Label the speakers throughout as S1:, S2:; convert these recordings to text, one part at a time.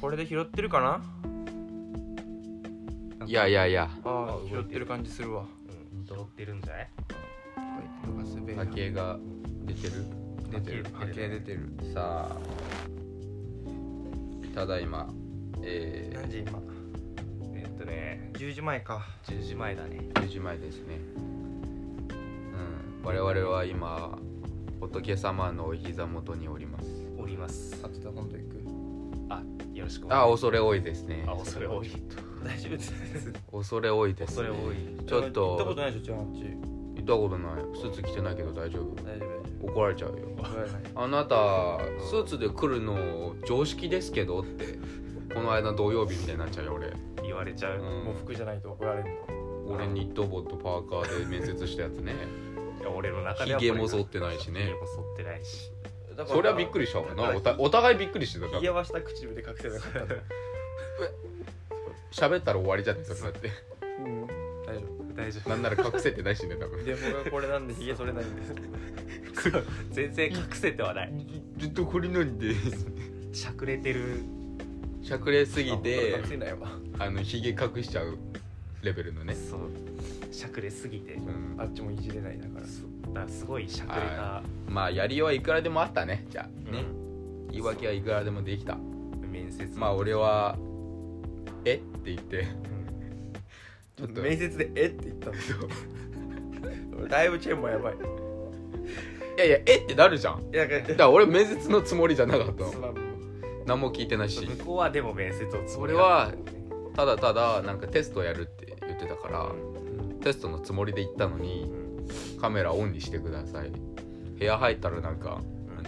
S1: これで拾ってるかない
S2: やいやいや
S1: あ
S3: 動
S1: あ
S3: いて
S1: 拾
S3: る
S1: ってる感じするわ
S3: うん拾ってるんじゃない
S2: 波形が出てる
S3: 出てる
S1: 波形出てる
S2: さあただいまえ
S1: 何時今
S3: えっとね
S1: 10時前か
S3: 10時前だね
S2: ー、10時前ですねうん我々は今仏様のお膝元におります
S3: おります
S1: あとだ今度行く
S3: あよろしく
S2: あ
S3: お
S2: 恐れ多いですね
S3: あ恐れ多い
S1: 大丈夫です
S2: 恐れ多いです
S3: 恐
S2: ね
S3: れ多い
S2: ちょっ
S1: 行ったこととないでしょちゃんあっち
S2: 行ったことないスーツ着てないけど大丈夫
S1: 大丈夫
S2: 怒られちゃうよ
S1: 大丈夫怒られない
S2: あなたスーツで来るの常識ですけどってこの間土曜日みたいになっちゃうよ俺
S3: 言われちゃう、
S2: うん
S1: もう服じゃないと怒られる
S2: 俺ニット帽とパーカーで面接したやつ ね
S3: いや俺の中で
S2: ひ
S3: は
S2: げも剃ってないし
S3: ひげ
S2: ね
S3: も剃ってないし
S1: の
S2: それはびっく
S1: り
S2: りしたわなおたお互いびっくりしてた
S1: 冷やは下唇で隠せなかった
S2: 喋ったら終わりじゃんそれだって
S1: うん大丈
S3: 大丈夫
S2: なんなら隠せてないしね多
S1: 夫
S2: 分
S1: で僕がこれなんで髭剃 れないんです
S3: 全然隠せてはない
S2: ずっとこれなんで
S3: しゃくれてる
S2: しゃくれすぎ
S1: あ
S2: て
S1: 隠せないわ
S2: あのひげ隠しちゃうレベルのね
S3: そうしゃくれすぎて
S2: うん
S1: あっちもいじれないだから
S3: そうだからすごいしゃくれた、
S2: まあやりようはいくらでもあったねじゃあね、
S3: う
S2: 言い訳はいくらでもできた
S3: ん面接
S2: まあ俺は「えっ?」て言って
S3: うん
S2: ちょっと
S1: 面接で「えっ?」て言 ったんですよライブチェーンもやばいい
S2: 「いやいやえっ?」てなるじゃん
S1: やだ
S2: だから俺面接のつもりじゃなかった
S1: ス
S2: の
S1: ラム
S2: 何も聞いてないし
S3: 向こうはでも面接をつもり
S2: 俺はただただなんかテストやるって言ってたからテストのつもりで行ったのにカメラオンにしてください部屋入ったらなんか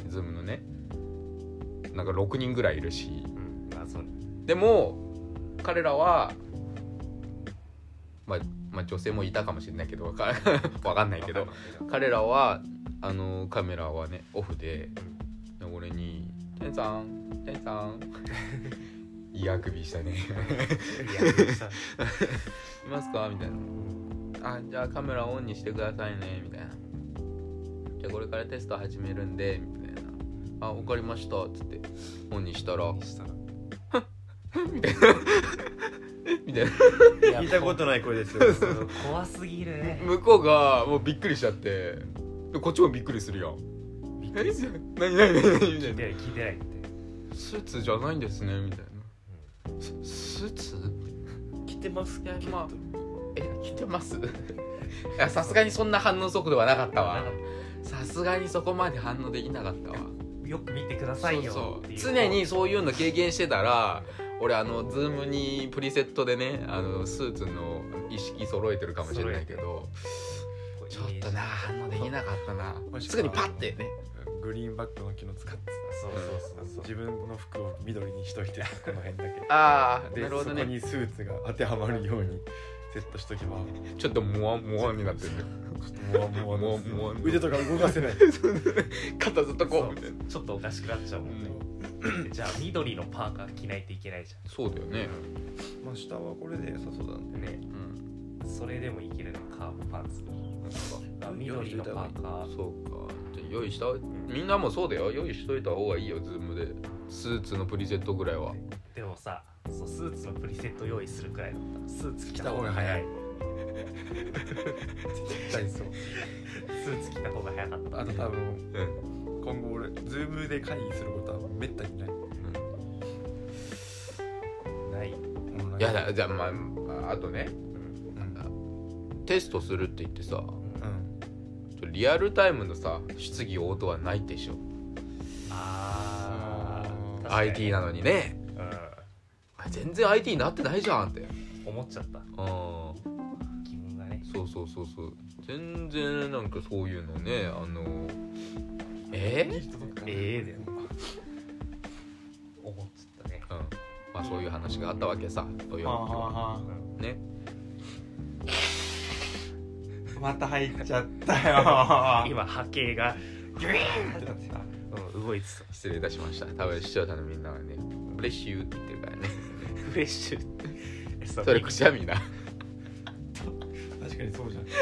S2: ズームのねなんか6人ぐらいいるし
S3: うん謎に
S2: でも彼らはまあまあ女性もいたかもしれないけどか わかんないけど彼らはあのカメラはねオフでで俺に「てんさんてんさん」いやあくびしたね
S3: いやどうし
S2: 「
S3: た
S2: いますか?」みたいな「あじゃあカメラオンにしてくださいね」みたいな「じゃあこれからテスト始めるんで」みたいな「あわかりました」っつってオンにした ら
S3: どうした
S2: みたいな
S3: の
S1: 聞いたことない声ですよ
S3: いや怖すぎるね
S2: 向こうがもうびっくりしちゃってでこっちもびっくりするやん
S3: びっく
S2: 何
S3: り
S2: それ何何何何みた
S3: 聞い
S2: い
S3: て
S2: な
S3: ない聞いてないって
S2: スーツじゃないんですねみたいなススーツ
S1: 来てます
S2: いやまあえ着てますいやさすがにそんな反応速度はなかったわさすがにそこまで反応できなかったわ
S3: よく見てくださいよっていう
S2: 常にそういうの経験してたら俺あのズームにプリセットでねあのスーツの意識揃えてるかもしれないけど
S3: こう
S2: ちょっとな反応できなかったな
S1: もしくは
S2: すぐにパッてね
S1: グリーンバックの機能使って
S3: そうそうそうそう
S1: 自分の服を緑にしといてこの辺だけ
S2: ああ
S1: で
S2: なるほ
S1: そ
S2: ど
S1: こ
S2: ね
S1: にスーツが当てはまるようにセットしとけば
S2: ちょっとモワモワになって る
S1: もわもわ
S2: も
S1: も
S2: わもわ
S1: 腕とか動かせない
S2: 肩ずっとこうみたいな
S3: ちょっとおかしくなっちゃうもんね、じゃあ緑のパーカー着ないといけないじ
S2: そうだよね
S1: まあ下はこれで良さそうだ
S3: ゃん
S1: ね
S3: ね
S2: うん
S3: それでもいけるのカーブパンツあ緑のパーカー
S2: そうかじゃあ用意したみんなもそうだよ用意しといた方がいいよズームでスーツのプリセットぐらいは
S3: でもさそうスーツのプリセット用意するくらいだったらスーツ着た
S2: 着た
S3: 方
S2: 方
S3: が
S2: が
S3: 早
S2: 早
S3: い
S2: い
S1: 絶対そう
S3: スーツ着た方が早かった
S1: あと多分
S2: うん
S1: 今後俺ズームで会議することはめったにない
S3: ない、
S2: いやだじゃあまああとね
S3: うん
S1: うん
S2: テストするって言ってさ
S1: うん
S2: リアルタイムのさ質疑応答はないでしょ
S3: あー確かに
S2: IT なのにねあ全然 IT になってないじゃんって
S3: うん思っちゃった
S2: うん
S3: 疑問がね
S2: そうそうそうそう全然なんかそういうのねあのえ
S1: いい人とか
S3: ええだよ思っちゃったね
S2: うんまあそういう話があったわけさ土曜日
S1: はあ
S2: は
S1: はあは
S2: ね
S1: あまた入っちゃったよ
S3: 今波形がギュイーン
S1: ってなってた
S3: うん動いてた
S2: 失礼いたしました多分視聴者のみんなはね「ブレッシュー」って言ってるからね
S3: フレッシュえそ
S2: それくしゃみな
S1: 確かにそうじゃん今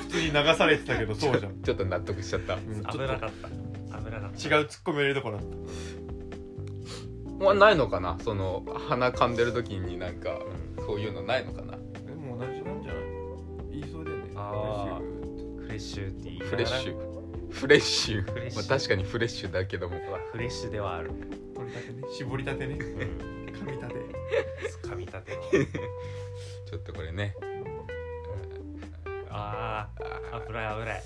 S1: 普通に流されてたけどそうじゃん
S2: ちょっと納得しちゃった
S1: うんちょっ
S3: 危なかった危なかった
S1: と違う突っ込み入れるとこだっ
S2: まあないのかなその鼻噛んでる時になんかそういうのないのかな
S1: でも同じなんじゃない言いそうだよね
S3: あー
S1: 嬉しいよ
S3: フレッシュって言いなが
S2: フ
S3: ら
S2: レッシュフレッシュ
S3: フレッシ
S2: ま
S3: ュ
S2: あ、確かにフレッシュだけども
S3: うわフレッシュではある
S1: 取りたてね絞りたてね噛みたて
S3: 噛みたての
S2: ちょっとこれね
S3: ああ危ない危ない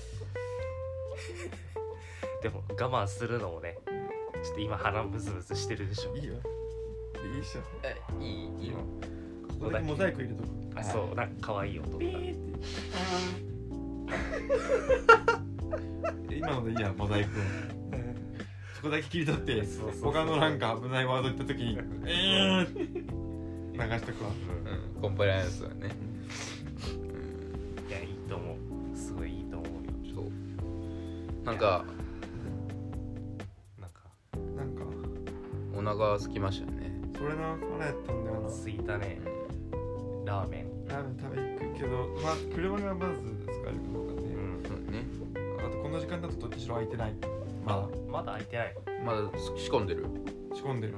S3: でも我慢するのもねちょっと今鼻ムズムズしてるでしょ
S1: いいよいいっしょ
S2: えいいいいの
S1: ここだけモザイク入れとく
S3: あそうなんか可愛い音
S1: ピ
S3: とか
S1: ーって今のでいいやモザイクをそこだけ切り取って
S3: そうそうそう
S1: 他のなんか危ないワード言った時に「えー!」流しとくわ
S2: うんコンプライアンスはね
S3: いやいいと思うすごいいいと思うよ
S2: そうなんか
S3: なんか
S1: なんか
S2: お腹空きましたね
S1: それな腹やったんだよな
S3: すいたねラーメン
S1: ラーメン食べに行くけどまあ車がまず使えるかどうか
S3: う
S1: ね、
S3: ん
S2: そうね
S1: あとこの時間だとどっちしろ空いてない
S3: ま
S1: ま
S3: だまだ開いてない
S2: まだ仕込んでる
S1: あ仕込んでる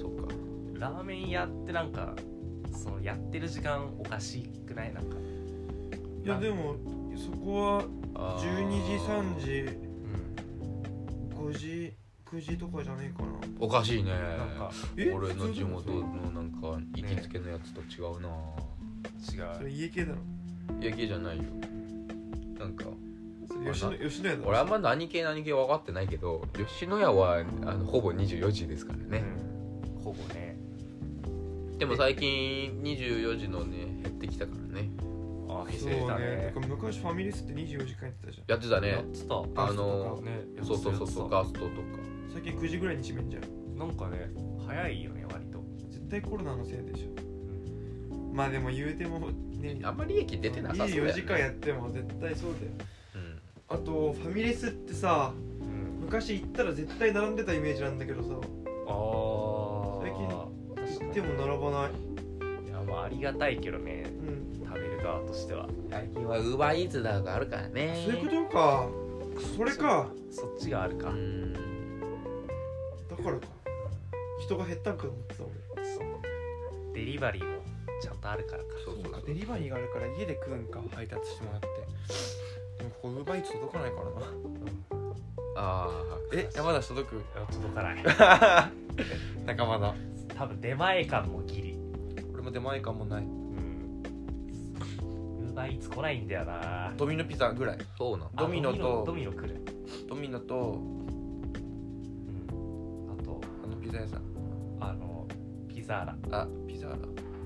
S2: そっか
S3: ラーメン屋ってなんかそのやってる時間おかしくないなんか
S1: いやでもそこは
S2: あー
S1: 12時3時
S3: うん
S1: 5時9時とかじゃねえかな
S2: おかしいね
S3: なんか
S1: え
S2: 俺の地元の
S1: 普通だ
S2: なんか行きつけのやつと違うな、
S3: 違
S1: そうれ家系だろ
S2: いや家じゃないよなんか
S1: それ吉野吉野家だろ
S2: 俺あんま何系何系分かってないけど吉野家はあのほぼ24時ですからね、
S3: うんほぼね
S2: でも最近24時のね減ってきたからね
S3: あ
S1: そ
S3: 店
S1: うね
S3: だ
S1: なん
S3: ね
S1: か昔ファミレスって24時間やってたじゃん
S2: やってた
S3: やっ
S2: ね
S3: てた
S2: あ
S1: ガストとか
S2: の
S1: ね
S3: やってた
S2: そうそうそうそうガ
S3: やっ
S2: ストとか
S1: 最近9時ぐらいに閉めんじゃん
S3: てたなんかね早いよね割と
S1: 絶対コロナのせいでしょまあでも言うてもね
S2: あんまり利益出てなさそうだよ、ね、
S1: 24時間やっても絶対そうだよ
S2: うん
S1: あとファミレスってさ
S3: うん
S1: 昔行ったら絶対並んでたイメージなんだけどさ
S3: ああ
S1: 最近行
S3: 確
S1: っ
S3: か
S1: て
S3: に
S1: も並ばない
S3: いやまあありがたいけどね
S1: うん
S3: 食べる側としては
S2: 最近はウーバーイーツだがあるからね
S1: そういうことかそれか
S3: そっちがあるか
S2: うん
S1: だからか人が減ったんかと思ってた
S3: そうデリバリーもちゃんとあるからか
S2: そうそうそう
S1: デリバリーがあるから家で食うんか配達してもらってでもここウーバーイーツ届かないからな
S2: ああ
S1: え 山梨届く
S3: いや届かない
S1: 仲間だ
S3: 多分出前感もギリ
S1: 俺も出前感もない
S3: うんウーバーイーツ来ないんだよな
S1: ドミノピザぐらい
S2: そうなんだ
S3: あ
S1: ドミノと
S3: ドミノ来る
S1: ドミノと
S3: うんあと
S1: あのピザ屋さん
S3: あのピザーラ
S1: あピザだ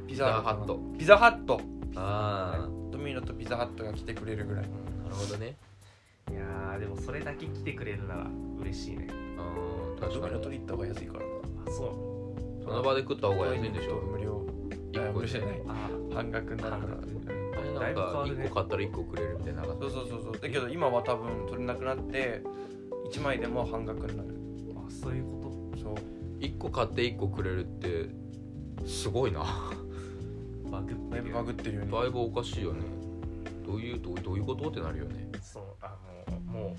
S1: ピ
S2: ザハット
S1: ピザハット
S2: あ
S1: ドミノとピザハットが来てくれるぐらい
S2: あなるほどね
S3: いやーでもそれだけ来てくれるなら嬉しいね
S2: ああ確かに
S1: 取り行った方が安いからな
S3: あそう
S2: その場で食った方が安いんでしょ
S1: 無料
S2: 一個で
S3: あ
S1: 半額に
S3: な
S2: あ
S3: るから
S2: れなんか1個買ったら1個くれるみたいなのが
S4: そうそうそうそうだけど今は多分それなくなって1枚でも半額になる
S3: あそういうこ
S4: そう
S2: 1個買って1個くれるってすごいな
S3: とバグって
S4: だい
S3: る
S4: ぶバグってるよね
S2: だいぶおかしいよねどういうどうどういうことってなるよね
S3: そうあのも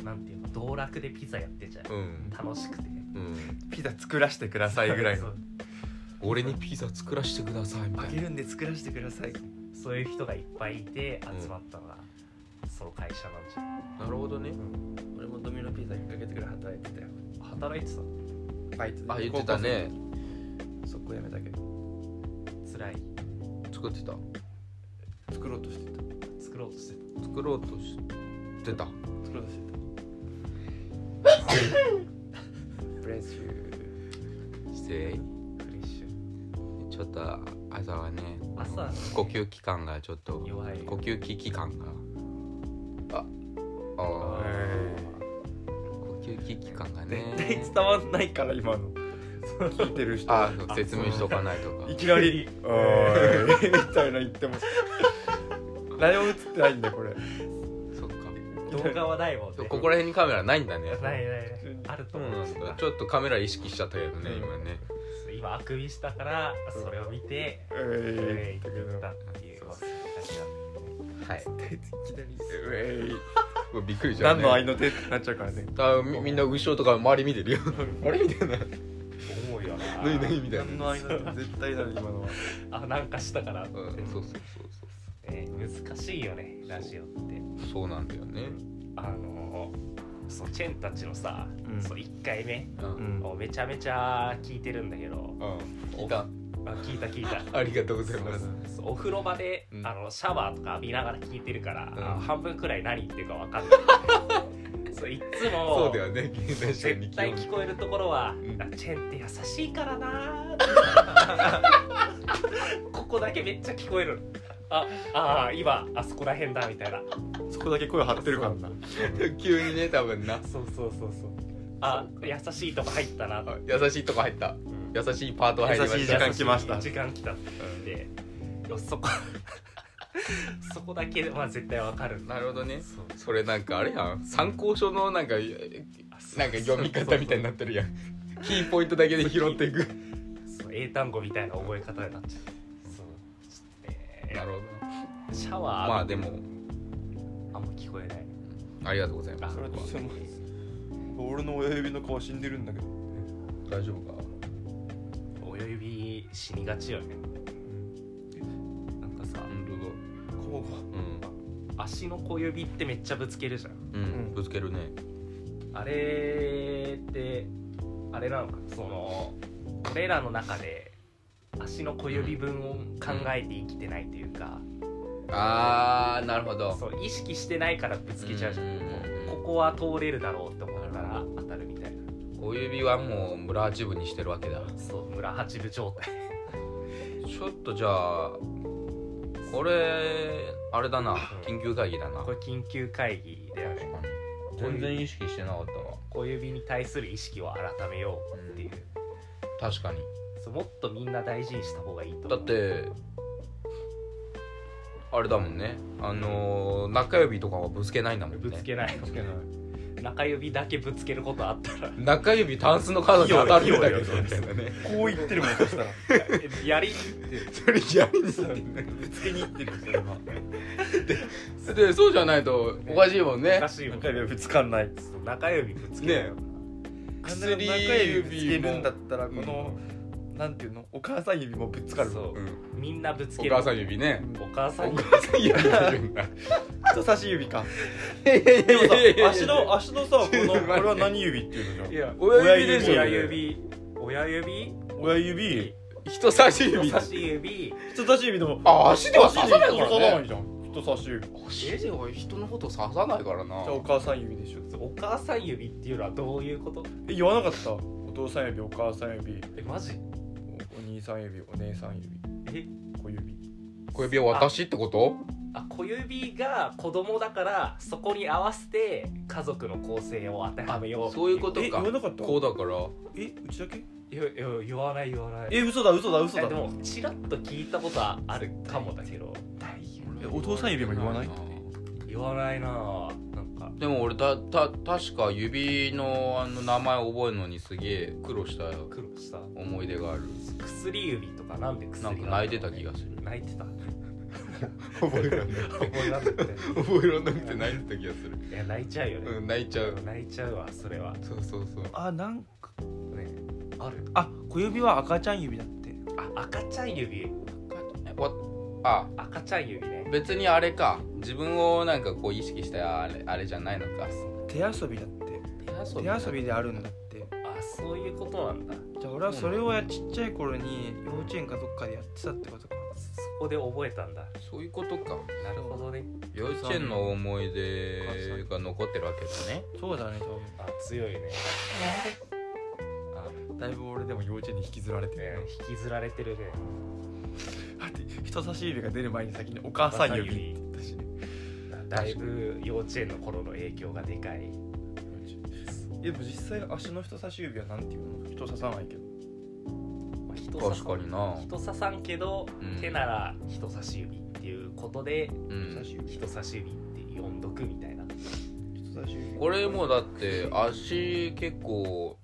S3: うなんていうの道楽でピザやってんじゃん
S2: うん
S3: 楽しくて
S2: うん
S4: ピザ作らせてくださいぐらい
S3: そ
S4: の
S3: う
S2: 俺にピザ作らせてくださいみた
S4: あ
S2: い
S4: げ
S2: な
S4: るんで作らせてください
S3: そういう人がいっぱいいて集まったのが、その会社なんじゃん
S2: なるほどね
S4: 俺もドミノピザ1ヶ月ぐらい働いてたよ
S3: 働いてたの
S4: バイトで
S2: あ言ってたね
S4: そこやめたけど
S3: 辛い
S2: 作ってた
S4: 作ろうとしてた
S3: 作ろうとしてた
S2: 作ろうとしてた
S4: 作ろうとしてたブレスユ
S2: 失礼
S3: フレッシュ
S2: ちょっと朝はね
S3: 朝はね
S2: 呼吸器官がちょっと
S3: 弱い
S2: 呼吸器器官がああ
S3: あ
S2: ー
S3: ー
S2: 呼吸器器官がね
S4: 絶対 伝わんないから今の聞いてる 人
S2: あそう説明しとかないとか
S4: いきなり「おーい」 みたいな言ってます何も映ってないんだこれ
S2: そっか
S3: 動画はないもん
S2: そう
S3: ね
S2: ここら辺にカメラないんだね
S3: ないないないあると
S2: そう
S3: 思う
S2: なんだちょっとカメラ意識しちゃったけどね今ね
S3: 今あくびしたからそれを見て
S4: 「う
S3: ウ
S4: え
S3: ェ
S4: い」
S3: イ
S4: って言
S3: 行
S4: っ
S3: ったたっていう
S2: そう
S3: 感じだ
S2: はい
S4: けどいきなり「うえい」
S2: びっくりじゃ
S4: 何
S2: んね
S4: の愛の手ってなっちゃうからね
S2: あみみんな後ろとか周り見てるよあれみたいな
S3: 思うよあ
S2: 何何みたい
S5: 何
S2: な
S5: の間だ絶対なる今のは
S3: あなんかしたからって、
S2: うんそうそうそう
S3: ね難しいよねラジオって
S2: そうそうなんだよね
S3: あのーそうチェンたちのさ、
S1: うん
S3: そう1回目
S2: うんうん
S1: ん
S3: をめちゃめちゃ聞いてるんだけど
S2: 聞いた
S3: あ聞いた聞いた
S2: ありがとうございます
S3: そうお風呂場で、
S2: うん
S3: あのシャワーとか浴びながら聞いてるから、
S2: うん
S3: あの半分くらい何言ってるか分かんないそういっつ
S2: そ
S3: も
S2: うだよね現代社会に
S3: 絶対聞こえるところは、
S2: ん
S3: あチェンって優しいか らなーここだけめっちゃ聞こえるああー今あそこら辺だみたいな
S1: そこだけ声張ってるからな
S2: 急にね 多分な
S3: そうそうそうそうあ優しいとこ入ったな
S2: あ優しいとこ入った優しいパート入りました
S1: 優しい時間来ました
S3: 優い時間来たって言って、そこ そこだけは絶対わかる
S2: なるほどね
S3: そう
S2: それなんかあれやん参考書のなんかえなんか読み方みたいになってるやんキーポイントだけで拾っていく
S3: そう英単語みたいな覚え方になっちゃうそうちょっとね
S2: なるほど
S3: シャワー
S2: まあでも
S3: あんま聞こえない
S2: ありがとうございます
S1: それとその俺の親指の皮死んでるんだけど
S2: 大丈夫か
S3: 親指死にがちよねなんかさ
S2: 本
S1: こ
S2: 当だ
S3: 足の小指ってめっちゃぶつけるじゃん
S2: うん、うん
S1: うん
S2: ぶつけるね
S3: あれってあれなのかその俺らの中で足の小指分を考えて生きてないというか、
S2: あーなるほど
S3: そう意識してないからぶつけちゃうじゃん、
S2: うんうんうんうん
S3: ここは通れるだろうって思ったら当たるみたいな
S2: 小指はもう村八分にしてるわけだ
S3: そう村八部状態
S2: ちょっとじゃあこれあれだな緊急会議だな
S3: これ緊急会議だよね
S2: 全然意識してなかったわ
S3: 小指に対する意識を改めようっていう、
S2: 確かに
S3: そうもっとみんな大事にした方がいいと思う
S2: だってあれだもんねあのー中指とかはぶつけないんだもんね
S3: ぶつけない、
S1: つけない
S3: 中指だけぶつけることあったら
S2: 中指タンスの角に当たるんだけどみたいなね
S1: こう言ってるもん そしたら
S3: やり
S2: それやりにす
S1: ぶつけに行ってるそれは
S2: でそうじゃないとおかしいもんね
S3: らしいもん
S1: 中指はぶつかんない
S3: そう中指ぶつけるよな、
S2: 薬指も
S1: 中指ぶつけるんだったらこの、なんていうのお母さん指もぶつかる
S3: そう、
S2: うん
S3: みんなぶつ
S2: お
S3: ける
S2: 母さん指ね
S3: お母さん
S2: お
S3: 指
S2: 母さん指だよな
S1: 人差し指か
S2: でも
S1: 足の足のさこ のこれは何指っていうの
S3: い
S1: じゃ
S3: や
S2: 親指でしょ
S3: 親指親指
S1: ん親指
S2: 人差し
S3: 人
S2: 指
S3: 差し指
S1: 人差し指でも
S2: あ足では刺さないか
S1: 指で刺さ
S2: ら
S1: な
S2: ね
S1: いじゃん人差し指じ
S2: 足では人のこと刺さないからな
S1: ゃあお母さん指でしょ
S3: お母さん指っていうのはどういうこと
S1: え言わなかったお父さん指お母さん指
S3: えマジ
S1: おお兄さん指お姉さん指
S3: え
S1: 小指
S2: 小指は私ってこと
S3: あ小指が子供だからそこに合わせて家族の構成を当てはめよう
S2: そういうこと
S1: え言
S2: か
S1: わなかった
S2: こうだから
S1: えうちだけ
S3: いやいや言わない言わない
S1: え嘘だ嘘だ嘘
S3: え
S1: だ
S3: でもちらっと聞いたことはあるかもだけど
S1: えお父さん指も言わない
S3: 言わないなあなんか
S2: でも俺たた確か指のあの名前覚えるのにすげえ苦労した
S3: 苦労した
S2: 思い出がある
S3: 薬指とかなんで薬
S2: なんか泣いてた気がする
S3: 泣いてた
S2: 覚えらん
S3: 思いなんだって
S2: 覚えらんなくて泣いてた気がする
S3: いや泣いちゃうよね、
S2: うん泣いちゃう
S3: 泣いちゃうわそれはね
S2: そうそうそう
S1: あなんか
S3: ある
S1: あ小指は赤ちゃん指だって
S3: あ赤ちゃん指
S2: わあ
S3: 赤ちゃん指ね
S2: 別にあれか自分をなんかこう意識したあれあれじゃないのか
S1: 手遊びだって
S2: 手
S1: 手遊びであるんだって
S3: あそういうことなんだ
S1: じゃあ俺はそれをやちっちゃい頃に幼稚園かどっかでやってたってことか
S3: そこで覚えたんだ
S2: そういうことか
S3: なるほどね
S2: 幼稚園の思い出が残ってるわけだね
S1: そうだね多
S3: あ強いねあ
S1: 分だいぶ俺でも幼稚園に引きずられて
S3: ね引きずられてるね
S1: だって人差し指が出る前に先にお母さん指って言ったしね
S3: だいぶ幼稚園の頃の影響がでかい
S1: でも実際足の人差し指はなんていうの人差さないけど
S3: まあ人差
S2: 確かにな
S3: 人差さんけど、
S2: うん
S3: 手なら人差し指っていうことで
S2: う
S1: 人
S2: ん
S1: 差し指
S3: 人差し指って呼んどくみたいな
S1: 人差し指
S2: 俺もだって足結構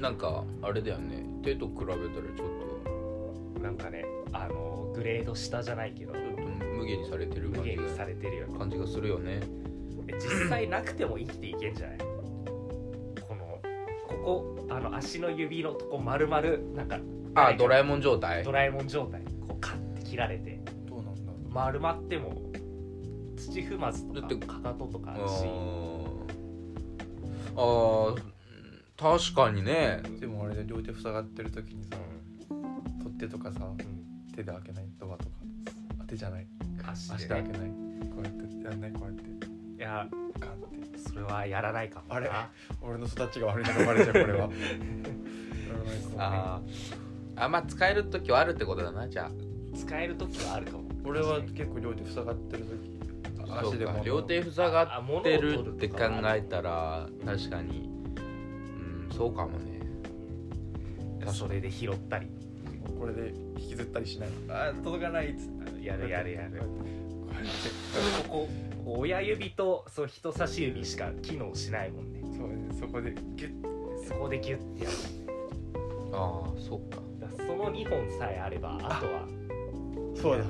S2: なんかあれだよね手と比べたらちょっと
S3: なんかねあのグレード下じゃないけど
S2: ちょっと無限にされてる
S3: 無
S2: 感じ
S3: 限にさ
S2: が
S3: れてるよね
S2: 感じがするよね
S3: え実際なくても生きていけんじゃないこのここあの足の指のとこ丸々なんか
S2: あドラえ
S3: も
S2: もん状態
S3: ドラえもん状態こうカッて切られて
S1: どうなんだ
S3: 丸まっても土踏まずと
S2: だ
S3: か
S2: って
S3: かかととか
S2: あ
S3: あるし
S2: あー確かにね
S1: でもあれで両手塞がってる時にさ取っ手とかさ
S3: うん
S1: 手で開けないドアとかあ手じゃない
S3: 足
S1: 足で
S3: で
S1: 開
S3: ね
S1: けないこうやってやんないこうやって
S3: いや
S1: ガンって
S3: それはやらないかもな
S1: あれ俺の育ちが悪いのがバ レちゃうこれはやらないそう
S2: あーあまあ使える時はあるってことだなじゃ
S3: 使える時はあるかも
S1: 俺は結構両手塞がってる時
S2: あ
S1: 足で
S2: そう
S1: も
S2: か両手塞が
S3: あ物を
S2: って
S3: 取
S2: るって
S3: と
S2: 考
S3: かはあ
S2: え
S3: る
S2: たら確かにうんそうかもね
S3: それで拾ったり
S1: これで引きずったりしないあー届かないっつって
S3: やるや るやる
S1: こうやって
S3: こここう親指とそう人差し指しか機能しないもんね
S1: そうねそこでギュッ
S3: そこでギュッてやる
S2: ああそうか
S3: だからその2本さえあればあとは
S1: そうだ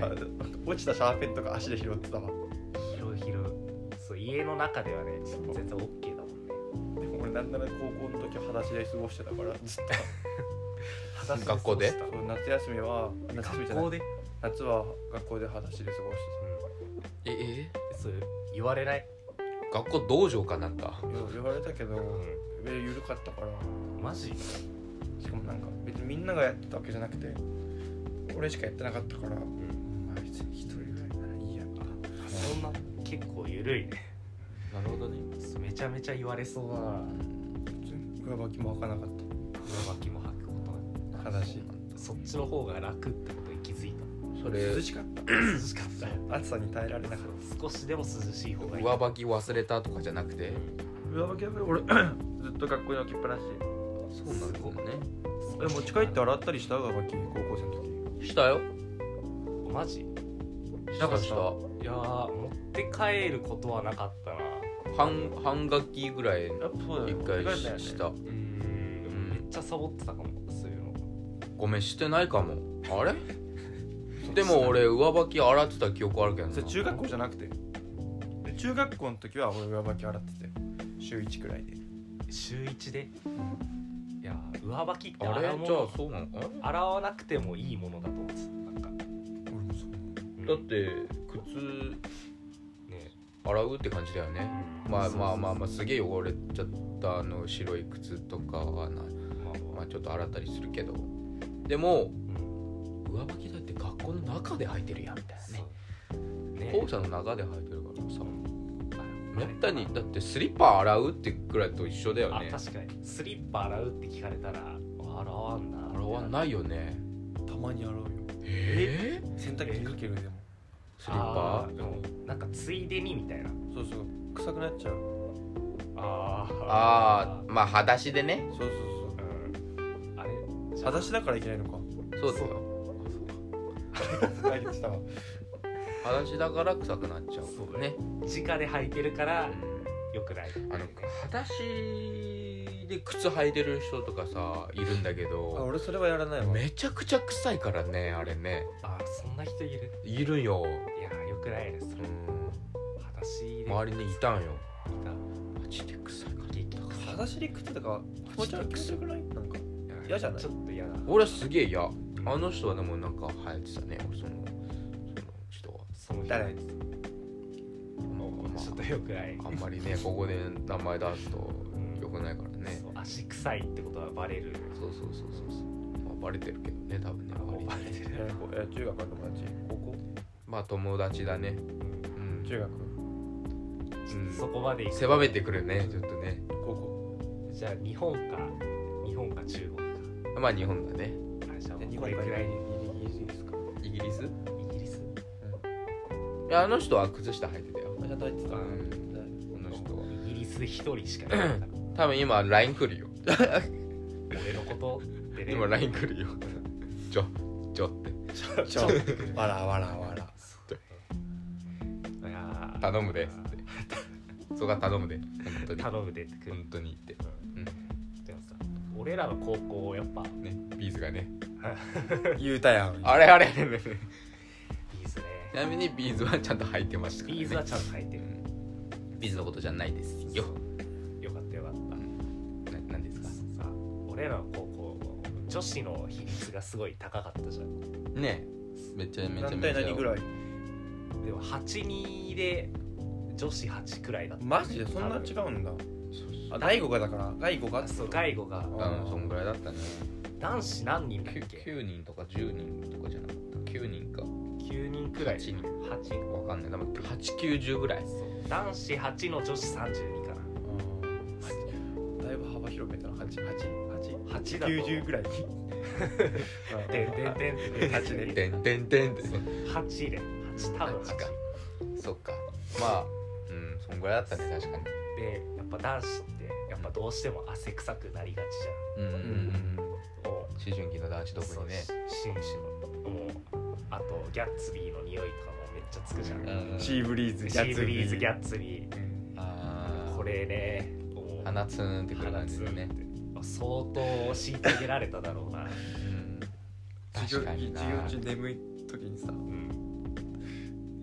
S1: 落ちたシャーペンとか足で拾ってたわ
S3: 拾う拾うそう家の中ではね
S1: そう
S3: 全然 OK だもんね
S1: でも俺なんなら高校の時裸足で過ごしてたからずっと
S3: 裸足過ご
S2: 学校で
S3: した
S1: そう夏休みは夏休みじゃ
S3: 学
S1: な
S3: 校
S1: い
S3: で
S1: 夏は学校で裸足で過ごして
S2: ええ
S3: そう言われない、
S2: 学校道場かなんか
S1: たよ言われたけど
S3: う
S1: 上緩かったから
S3: ん、マジ
S1: しかもなんか別にみんながやってたわけじゃなくて俺しかやってなかったからまあ別に一人ぐらいならいいや
S3: そんな結構ゆるいね
S2: なるほどね
S3: そうめちゃめちゃ言われそうだな
S1: 普通に上履きも開かなかっ
S3: 上履きも履くことない
S1: た裸足
S3: そっちの方が楽ってことに気づい
S2: それ
S1: 涼しかった
S3: た涼しかった
S1: 暑さに耐えられなかっ
S3: 少しでも涼しい方がいい
S2: 上履き忘れたとかじゃなくて
S1: た上履きは俺 ずっと学校に置きっぱなし
S2: そうなんですよね
S1: え持ち帰って洗ったりした上履き高校生の時
S2: したよ
S3: マジ
S2: した
S1: かった
S2: した
S3: いやー持って帰ることはなかったな
S2: 半半学期ぐらい
S1: やっぱそうだ
S2: 一
S1: よ
S2: 回
S1: 間違え
S2: した
S1: よね
S2: した
S3: うーんめっちゃサボってたかもそういうの
S2: ごめんしてないかもあ れでも俺上履き洗ってた記憶あるけど
S1: それ
S2: な
S1: 中学校じゃなくて中学校の時は俺上履き洗ってて週1くらいで
S3: 週一でいやー上履きって
S2: あれじゃ
S3: 洗
S2: あ
S3: うもの
S2: そうなのかな
S3: 洗わなくてもいいものだと思ってたなんか
S1: 俺もそう
S2: だって靴
S3: ね
S2: 洗うって感じだよねまあまあまあまあすげえ汚れちゃったあの白い靴とかはな、まあ、ちょっと洗ったりするけどでも
S3: うん
S2: 上履きだって学校の中で履いてるやんみたいなね
S3: そうね
S2: 校舎の中で履いてるからさ
S3: あ
S2: めったにだってスリッパ洗うってくらいと一緒だよ
S3: あ
S2: ね
S3: 確かにスリッパ洗うって聞かれたら洗わんな
S2: 洗わないよね
S1: たまに洗うよ
S2: ええ
S1: 洗濯機かけるでも
S2: スリッパ
S3: あーでもなんかついでにみたいな
S1: そうそう臭くなっちゃう
S3: あー
S2: ああまあ裸足でね
S1: そうそうそう
S3: うんあれじゃ
S1: 裸足だからいけないのか
S2: そうだよ
S1: 解決したわ
S2: 裸足だから臭くなっちゃ
S3: そう
S2: う
S3: だよ
S2: ね
S3: 直で履いてるから
S2: うん
S3: よくない
S2: あの裸足で靴履いてる人とかさいるんだ け
S1: あ
S2: ど
S1: 俺それはやらないわ
S2: めちゃくちゃ臭いからねあれね
S3: あーそんな人いる
S2: いるよ、
S3: いやーよくないねそ
S2: う
S3: れ
S2: ん、
S3: 裸足で
S2: 周りにいたんよ
S3: い
S2: マジで臭いから
S3: 激臭
S1: 裸足で靴とか気持ち悪くするくらいなんか
S3: た
S1: 嫌じゃない
S3: ちょっと嫌だ
S2: 俺はすげえ嫌あの人はでもなんか生えてたね俺そのその人は、
S3: その人
S1: 誰
S2: ま
S3: ちょっ
S2: あ
S3: とよくない
S2: あんまりねここで名前出すと良くないからね
S3: そう足臭いってことはバレる
S2: そうそうそうそうそう、まあ、バレてるけどね多分ね周りに
S3: バレて
S1: え
S3: る
S1: ー中学の友達高校
S2: まあ友達だねうん
S1: 中学
S2: うん
S3: そこまで行く
S2: 狭めてくるねちょっとね
S1: 高校
S3: じゃあ日本か日本か中国
S2: まあ日本だね
S3: かあじゃあ
S1: え
S3: これくらい
S1: ギリギリですか
S2: イギリス
S3: イギリス
S2: いやあの人は靴下履いてたよ
S1: あちゃんと入ってた
S2: この人は
S3: イギリス一人しかいないから
S2: 多分今 LINE 来るよ
S3: 俺のことってね
S2: 今 LINE 来る よちょちょって
S1: ちょわらわらわら
S3: いやー
S2: 頼む でっつってそこは頼むで本当に
S3: 頼むでってくる
S2: 本当にって
S3: でもさ俺らの高校やっぱい
S2: ねビーズがね
S1: 言うたやん
S2: あれあれ
S3: いですね
S2: ちなみにビーズはちゃんと履いてましたからね
S3: ビーズはちゃんと履いてる
S2: ビーズのことじゃないですよ
S3: よかったよかった
S2: な何ですか
S3: さあ俺らの高校女子の比率がすごい高かったじゃん
S2: ねめちゃめちゃめちゃ
S1: 何対何ぐらい
S3: でも82で女子8くらいだった
S1: マジでそんな違うんだあ第5がだから第5が
S3: そう第5が
S2: 多分そんぐらいだったね
S3: 男子何人だっ
S2: きゅ
S3: け
S2: 9, 人とか10人とかじゃなかった9人か
S3: 9人くらい
S2: 8人
S3: 8
S2: わかんない多分890ぐらい
S3: 男子8の女子32かな
S1: だいぶ幅広めたな8888
S3: 8だと
S1: 90ぐらい
S3: で んでんでんって8
S2: で
S3: で
S2: んでんでんって
S3: 8で8多分
S2: 8
S3: 8
S2: かそっかまあうんそんぐらいだったね確かに
S3: でやっぱ男子ってやっぱどうしても汗臭くなりがち
S2: うんうん
S3: じゃんもう
S2: 思春期の男子特にね
S3: 紳士のもうあとギャッツビーの匂いとかもめっちゃつくじゃん、
S2: うん
S1: シーブリーズ
S3: シーブリーズギャ
S1: ツ
S3: ッツビー
S2: あー
S3: これねもう
S2: 鼻ツーンってくる感じでね
S3: 鼻、つんって相当虐げられただろうな、
S2: うん、
S1: 授
S2: 確か
S1: 業
S2: にな
S1: 授業中眠い時にさ
S3: うん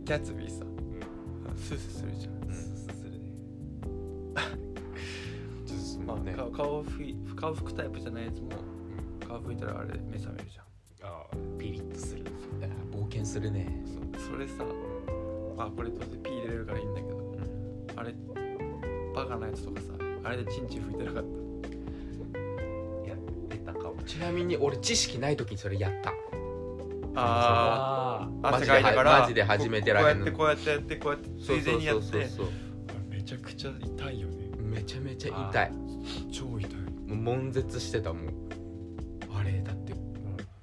S1: ギャッツビーさスースーするじゃん
S2: うん
S1: スースーするね
S2: ちょっと
S1: ま
S2: ね
S1: あ顔顔を拭い顔拭くタイプじゃないやつも顔拭いたらあれ目覚めるじゃん
S3: あーピリッとする
S2: いや冒険するね
S1: それさまあこれ当然ピー入れるからいいんだけどあれバカなやつとかさあれでチンチン拭いてなかっ
S3: やってたかも
S2: ちなみに俺知識ない時にそれやった
S1: た
S3: あ
S2: マ
S1: 汗
S2: ジで
S1: かいたから
S2: マジで初めてらへんの
S1: ここうやってこうやってこうやってこうやって水
S2: そうそ
S1: 前
S2: う
S1: にや
S2: そ
S1: っ
S2: うそう
S1: て
S2: そう
S1: めちゃくちゃ痛いよね
S2: めちゃめちゃ痛い
S1: 超痛い
S2: もう悶絶してたもんあれだって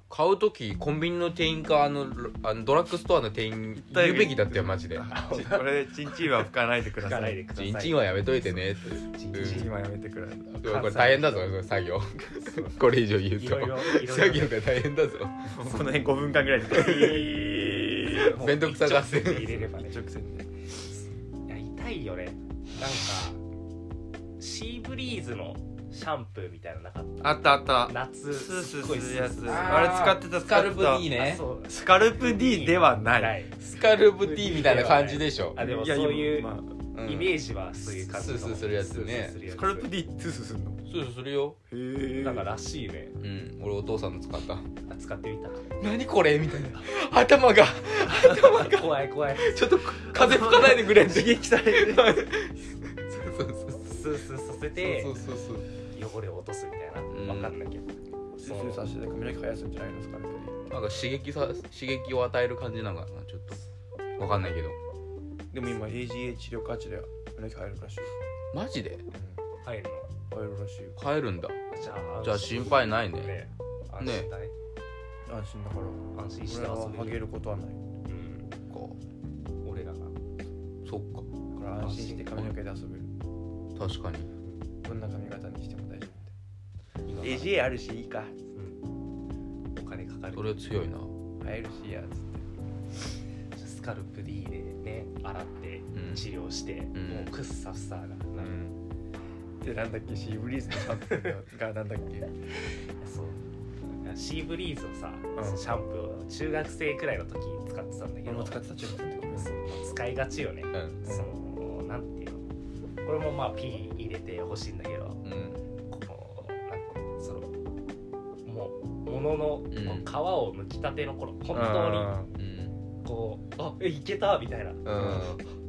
S2: 買う時コンビニの店員かあのロあのドラッグストアの店員言うべきだったよマジ で
S1: これチンチンは拭かないでくだ
S3: 拭か
S1: さ
S3: ない
S1: い
S3: でください
S2: チンチンはやめといてねって
S3: チン
S1: チンチ
S3: チ
S1: ンはやめてください
S2: うんこれ大変だぞこれ作業これ以上言
S3: ンいろいうろい
S2: と
S3: ろ
S2: 作
S3: い
S2: 業が大変だぞ
S1: この辺5分間ぐらいで
S3: ろ
S2: めんどくさがって
S3: 一直線で入れればね
S1: 一直線で
S3: いや痛いよねなんかシーブリーズのシャンプーみたいなのなかっ
S1: あったあった
S3: た夏
S1: スース
S3: すっ
S1: ー
S3: ごい
S1: するやつ
S3: スースー
S1: あれ使ってた
S2: スカルプ D
S3: あ
S2: ね
S3: そう
S1: スカルプ D ではない
S2: スカルプ D みたいな感じでしょ
S3: あでも
S1: や
S3: そういう
S1: まあ
S2: うん
S3: イメージはそういう感じの
S2: スースーするやつね
S3: スースーするやつ
S1: スカルプ D スースーするの
S2: そうそうするよ
S1: へえ
S3: なんからしいね
S2: うん俺お父さんの使った
S3: あ使ってみた
S2: 何これみたいな頭が
S3: 怖い怖い
S2: ちょっと風吹かないでくれって
S1: 刺激さ れる
S2: そうそうそう
S3: スースーさせて
S2: そうそうそう
S3: 汚れを落とすみたい
S2: ん
S3: なわかんないけど
S1: スースーさせて髪の毛生やすんじゃないのスカルプ D
S2: なんか刺激さ刺激を与える感じなのかなちょっとわかんないけど
S1: でも今 AGA 治療価値で髪の毛生えるらしいよ
S2: マジで
S3: 入るの
S1: 生えるらしいよ
S2: 帰るんだ
S3: じゃあ
S2: じゃあ心配ないね
S3: ね安心だね
S1: 安心だから
S3: 安心して
S1: 俺はハ
S3: 遊べ
S1: ゲ
S3: る
S1: ることはない
S3: うん
S2: こ
S3: 俺ら
S2: う
S3: が
S2: そっ
S1: だから安心して髪の毛で遊べる
S2: か確かに
S1: どんな髪型にしても大丈夫 AGA あるしいいか
S3: お金かかる
S2: それは強いな
S1: 生えるしやつって
S3: スカルプ D でね洗って
S2: ん
S3: 治療して、
S2: ん
S3: もうクッサフサーな、
S2: うん
S1: でなんだっけシーブリーズのシャンプーがなんだっけ
S3: そうシーブリーズのさ、
S1: ん
S3: そのシャンプーを中学生くらいの時に使ってたんだけ
S1: 俺
S3: ど
S1: も使ってた中学の時も
S3: そう使いがちよね、
S2: うん
S3: そのなんていうのこれもまあ P 入れてほしいんだけど
S2: うん
S3: このなんかそのもうもののこ
S2: ん
S3: う皮を剥きたての頃本当に
S2: うん
S3: こうあえいけたみたいな
S2: うん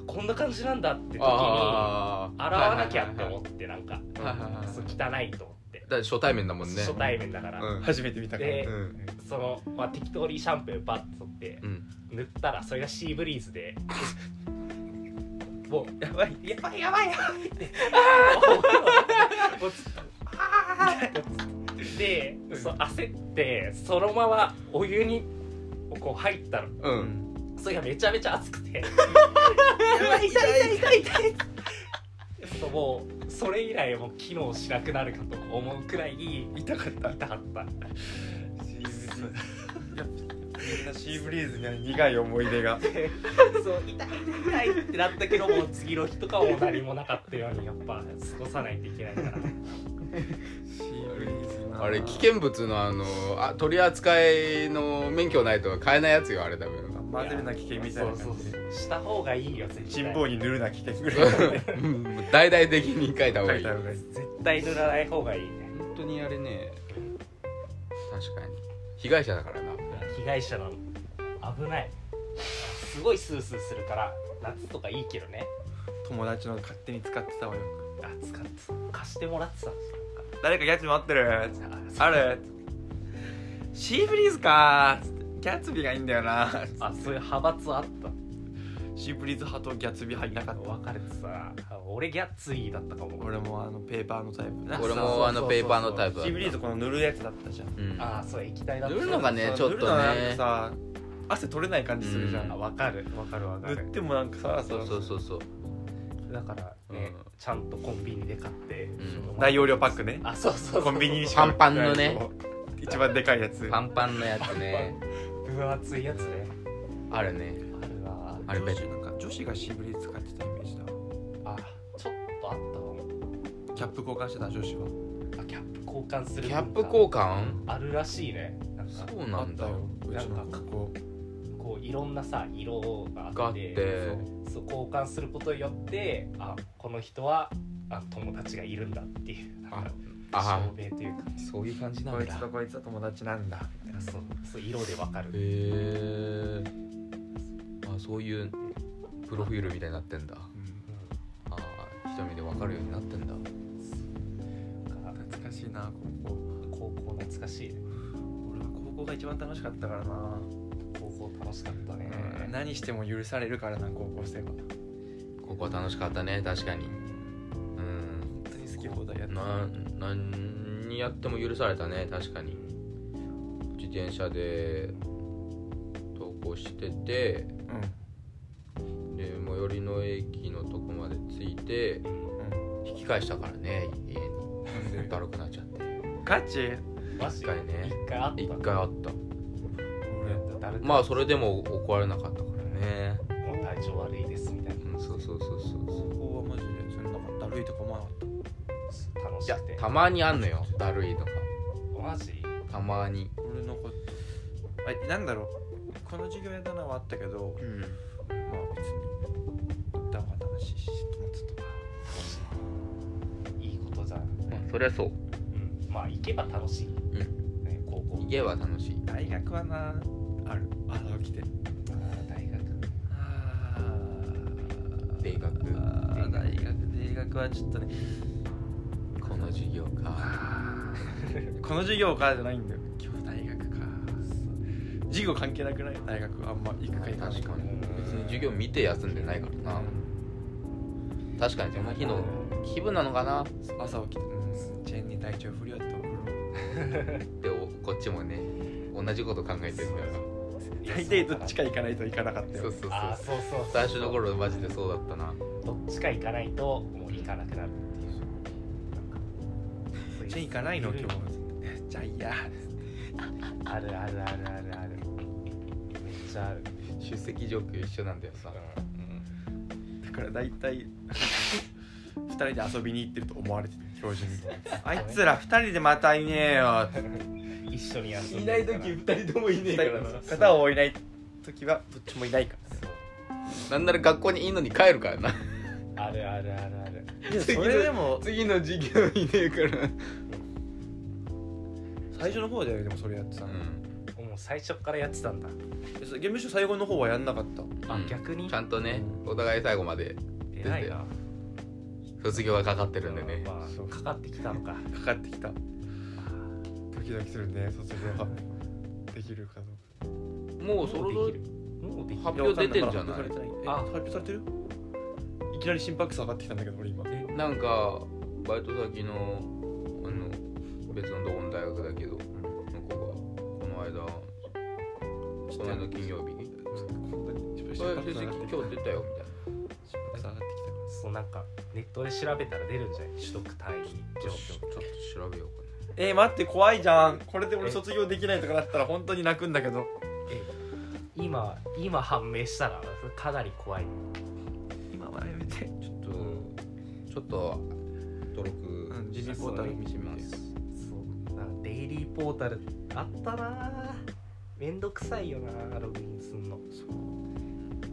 S3: こんな感じなんだって時に
S2: あー
S3: 洗わなきゃって思
S2: は
S3: ってなんか
S2: いはいはいはい
S3: そう汚いと思って
S2: だって初対面だもんね
S3: 初対面だから、
S2: うん
S1: 初めて見たから
S3: で
S2: うん
S3: その、まあ、適当にシャンプーバッと取って
S2: うん
S3: 塗ったらそれがシーブリーズで もうやばいやばいやばいやばいってああもうずっとあーって でそう焦ってそのままお湯にこう入ったの
S2: う
S1: うんん
S3: それがめちゃめちゃ熱くてやばい痛い痛い痛い痛いそうもうそれ以来もう機能しなくなるかと思うくらい
S1: 痛かった
S3: 痛かった
S1: シーブリーズみんなシーブリーズには苦い思い出が
S3: そう痛い痛い痛いってなったけどもう次の日とかも何もなかったようにやっぱ過ごさないといけないから
S1: シーブリーズな
S2: あれ危険物のあのあ取り扱いの免許ないと買えないやつよあれ多 分
S1: 混ぜるな危険みたいな
S3: そう
S1: 感じ
S3: そ
S1: で
S3: うした方がいいよ絶対
S1: 辛抱に塗るな危険ぐらいのね
S2: うん大々的に書いた
S1: 書
S2: 方がい
S1: い
S2: い
S1: た方がいい
S3: 絶対塗らない方がいいね
S2: 本当にあれね確かに被害者だからな
S3: 被害者なの危ないすごいスースーするから夏とかいいけどね
S1: 友達の勝手に使ってたわよ
S3: 暑かった貸してもらってたんですよ
S1: 誰かギャッチ待ってる
S3: なんか
S1: あるシーブリーズかギャツビーがいいんだよな
S3: あそういう派閥あった
S1: シーブリーズ派とギャツビー派いなかった
S3: 分かれてさ俺ギャッツイーだったかも
S1: 俺もあのペーパーのタイプ
S2: 俺
S3: そうそうそうそ
S2: も
S3: う
S2: あのペーパーのタイプだ
S1: シーブリー
S2: っ
S1: ズこの塗るやつだったじゃん
S2: たうん
S3: ああそう液体だった
S2: 塗るのがねちょっと
S1: 塗
S2: ね
S1: るのなんかさ汗取れない感じするじゃ
S2: うん
S1: ん
S3: 分かる分かる分か
S1: 塗っ
S3: る
S1: てもなんかさ
S2: そうそうそうそう
S3: だからね、
S2: うん
S3: ちゃんとコンビニで買って、
S2: ん
S1: 大容量パックね
S3: あそうそうそう
S1: コンビニにし
S2: パ
S1: か
S2: ンパンのね
S1: そう一番でかいやつ
S2: パンパンのやつ ね
S3: 分厚いやつね
S2: あるね
S3: あるわ
S2: あれ
S1: 女
S2: ベ
S1: 子なんか女子がシーブリーズ使ってたイメージだわ
S3: あちょっとあったわ
S1: キャップ交換してた女子は
S3: あキャップ交換する
S2: キャップ交
S3: 換
S2: 換
S3: あるらしいねなんか
S2: そうなんだ
S1: あ
S2: よ
S1: ったようちの学校
S3: こういろんなさ色
S2: が
S3: が
S2: あ
S3: あ
S2: っ
S3: って
S2: て
S3: そう交換することによってあこの人はあ友達がいるんだっていうなんか
S2: あ
S3: 証明というか
S2: あそういう感じなん
S1: こ
S2: だ
S1: いつとこいつは友達なんだみたいな
S3: そうそう色でわかる
S2: へえあそういうプロフィールみたいになってんだああ一目で分かるようになってんだ
S3: なんか
S1: 懐かしいな高校
S3: 高校懐かしいね
S1: 俺は高校が一番楽しかったからな、
S3: 高校楽しかったね
S1: 何しても許されるからな高校生は本
S2: ここは楽しかったね確かにうん
S1: 当に好き放題やってた
S2: な何やっても許されたね確かに自転車で登校しててで最寄りの駅のとこまで着いて
S1: う
S2: 引き返したからね家に
S1: うんうん
S2: だるくなっちゃって
S1: ガ チ
S3: マジ
S2: 一回ね
S3: 一回あった
S2: 一回あった
S3: 誰か
S2: まあそれでも怒られなかったからね
S3: もう体調悪いですみたいな
S2: うんそうそうそうそうそう
S1: 高校はマジでそれなかった歩いてこまなかっ
S3: 楽
S2: い
S3: し
S2: や
S3: くて
S2: たまにあんのよだるいとか
S3: マジ
S2: たまに
S1: た俺のことあなんだろうこの授業やだなはあったけど
S2: うん
S1: まあ別に歌は楽しいしと思ってた
S3: いいことじゃん、
S2: まあそりゃそう
S3: うん、まあ行けば楽しい、ね、高校
S2: 家は楽しい
S1: 大学はなある朝起きて
S3: あー大学
S1: あー
S2: 大学
S1: あー大学大学はちょっとね
S2: この授業か
S1: あー この授業かじゃないんだよ今日大学か授業関係なくない大学あんま行くか行かない
S2: 確かに
S3: うん
S2: 別に授業見て休んでないからな確かにその日の気分なのかなっ
S1: 朝起きてうんチェーンに体調不良って送ろ
S2: ておこっちもね同じこと考えてるから
S1: う大体どっちか行かないといかなかったよ
S2: そうそうそう
S3: ああそうそうそう
S2: 最初の頃マジでそうだったな
S3: どっちか行かないともう行かなくなるっていうなんかそういう
S1: じゃあ行かないの今日えじゃあいいや
S3: あるあるあるあるあるめっちゃある
S2: 出席状況一緒なんだよさ
S1: だから大体二人で遊びに行ってると思われてる教授にあいつら二人でまたいねえよって
S3: 一緒に休んで
S2: いない
S3: るから
S2: 時二人ともいねえからな
S1: 片をいない時はどっちもいないか
S2: なんなら学校にいいのに帰るからな
S3: あるあるあるある
S1: らいや
S2: そ
S1: そ
S2: れ
S1: れ
S2: で
S1: でも
S2: 次の授業いねえから
S1: 最初の方だよでもそれやってた
S2: う
S1: の、
S2: ん
S3: もう最初からやってたんだ
S1: えそゲームショー最後の方はやんなかった
S3: あ、
S2: うん
S3: 逆に
S2: ちゃんとねお互い最後まで
S3: 偉いな
S2: 卒業がかかってるんでね
S3: まあ
S1: そう
S3: かかってきたのか
S1: かかってきたドキドキするね卒業発表できるかどう
S2: もうそ
S3: もう
S2: ろ
S3: できるもうでき
S2: 発
S1: か
S2: 表出てんじゃ
S1: やわ
S2: ない
S1: かんから発表されて
S3: あ
S1: あ発表されてるいきなり心拍数上がってきたんだけど俺今
S2: なんかバイト先のあの別のどこの大学だけど向こうがこの間この間金曜日
S1: 本当に
S2: 「
S1: 心拍数上
S2: あ成
S1: がって
S2: 績
S1: きた
S2: 今日出たよ」みたいな
S1: 心拍数上がってきた
S3: そうなんかネットで調べたら出るんじゃない取得単位状
S2: ちょっ
S3: 況
S2: と調べようか
S1: えー、待って怖いじゃんこれで俺卒業できないとかだったら本当に泣くんだけど
S3: え今今判明したらかなり怖い
S1: 今はやめて
S2: なちょっとちょっと登録
S1: うん G ポータル見てみて
S3: そうなんかデイリーポータルあったなめんどくさいよなログインすんの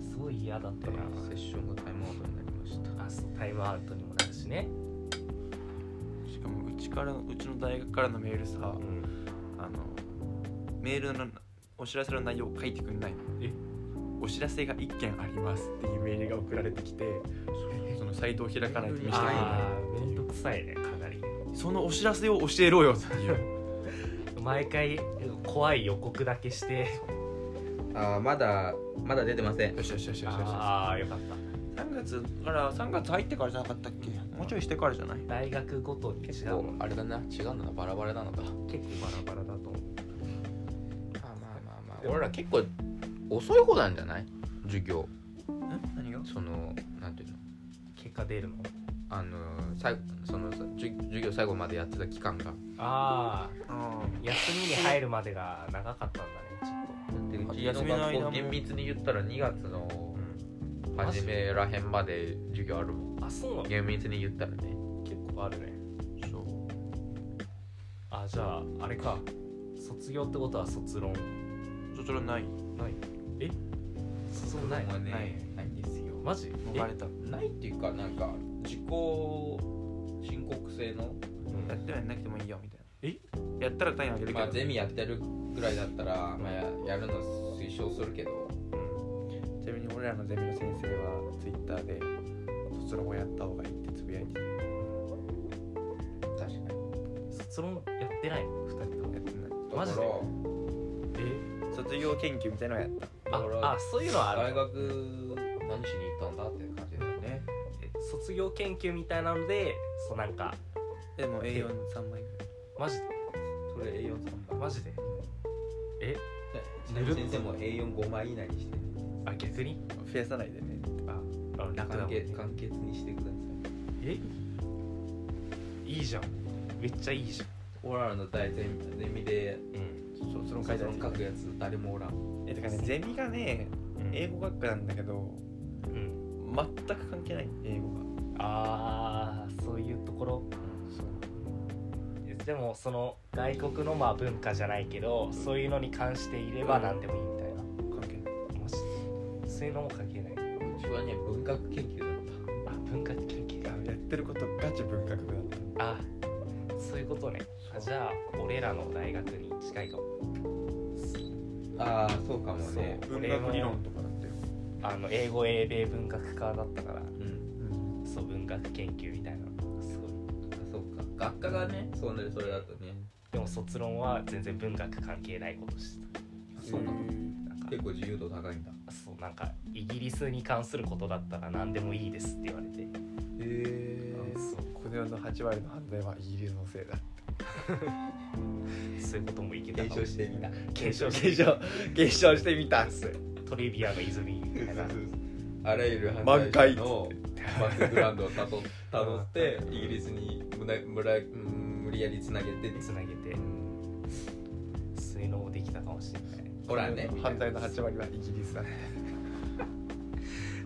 S3: すごい嫌だったな
S2: セッションがタイムアウトになりました
S3: あそうタイムアウトにもなるしね
S1: しかもうちからうちの大学からのメールさ
S3: うん
S1: あのメールのお知らせの内容を書いてくんないの
S3: え
S1: お知らせが1件ありますっていうメールが送られてきてそのサイトを開かないと見せてくれない
S3: ああ面倒くさいねかなり
S1: そのお知らせを教えろよっていう
S3: 毎回怖い予告だけして
S6: あーまだまだ出てません
S1: よしよしよしよしよし
S3: ああよかった
S1: 3月から3月入ってからじゃなかったっけもうちょいしてからじゃない
S3: 大学ごとに違
S2: 結
S3: う
S2: 構あれだな違うのなバラバラなのか
S3: 結構バラバラだと思う
S1: まあまあまあま
S2: 俺ら結構遅い方なんじゃない授業
S1: ん何が
S2: そのなんていうの
S3: 結果出るの
S2: あのさいそのさじゅ授業最後までやってた期間が
S3: ああ
S1: あ
S3: 休みに入るまでが長かったんだねちょ
S2: でう
S1: ち
S2: ち
S1: の
S2: の
S1: 学校
S2: 学校厳密に言ったら2月の初めらへんまで授業あるもん
S3: っとあそうなの
S2: 厳密に言ったらね
S3: 結構あるね
S2: そう
S3: あじゃああれか卒業ってことは卒論
S1: あそれはない
S3: ないえ卒論ない
S2: は
S1: な
S2: ね
S1: い
S2: ないんですよ
S3: マジえ
S1: 逃れた
S2: ないっていうかなんか自己申告制の
S3: うん
S1: やってはやんなくてもいいよみたいな
S3: え
S1: やったら単位あげるけど、
S2: まあゼミやってるぐらいだったら、まあ、ややるの推奨するけど
S1: ちなみに俺らのゼミの先生はツイッターで卒論をやった方がいいってつぶやいててや
S2: 確かに
S3: 卒論やってない二人とも
S1: ってない
S3: マジで
S2: とこ
S3: え
S1: 卒業研究みたいなのをやった
S2: ろだから
S3: ああそういうのはあ
S2: 大
S3: る
S2: 学何しに行ったんだっていう感じだよね
S3: え卒業研究みたいなのでそうなんか
S1: でも A43 枚ぐらい
S3: マジで
S2: それ A4 さんだ
S3: マジでえ
S2: ちなみに先生も A45 枚以内にして
S3: あ逆に
S1: 増やさないでね
S3: あ楽だ
S2: 簡
S3: もん
S2: 潔簡潔にしてくださ
S3: えいいじゃんめっちゃいいじ
S2: いオラルの大ゼミゼミで
S3: ゃんうん
S2: 卒論
S1: 書いたやつ
S2: 書くやつ誰もおらん
S1: えだからねゼミがね英
S3: 英
S1: 語学科なんだけど
S3: 語うん
S1: 全く関係ない英語が
S3: ああそういうところえでもその外国のまあ文化じゃないけどそういうのに関していれば何でもいいみたいな
S1: 関係ない
S3: マジでそういうのも関係ないう
S2: ちはね文学研究だった
S3: あ文化研究
S1: やってることガチ文学部だった
S3: あそういうことねあじゃあ俺らの大学に近いかも
S2: ああそうかもね
S3: そう
S1: 文学理論とかだったよ、
S3: あの英語英米文学科だったから
S2: うん
S3: そう文学研究みたいなすごい
S2: あそうか学科がねそうねそれだとね
S3: でも卒論は全然文学関係ないことして
S2: そうなの
S3: たなんか
S2: 結構自由度高いんだ
S3: そうなんかイギリスに関することだったら何でもいいですって言われて
S2: へ
S3: そ
S1: この世の8割の犯罪はイギリスのせいだ
S3: うそういうこともいけた
S2: 検証してみた
S3: 継承して
S1: 検証検証してみたっす
S3: トリビアの泉みたい な
S2: あらゆる犯
S1: 満開
S2: 罪者のバックグラウンドをたどたど ってイギリスに無駄無駄うん無理やりつなげて
S3: つなげてそういうのもできたかもしれない
S2: ほらね
S1: 犯罪の8割はイギリスだね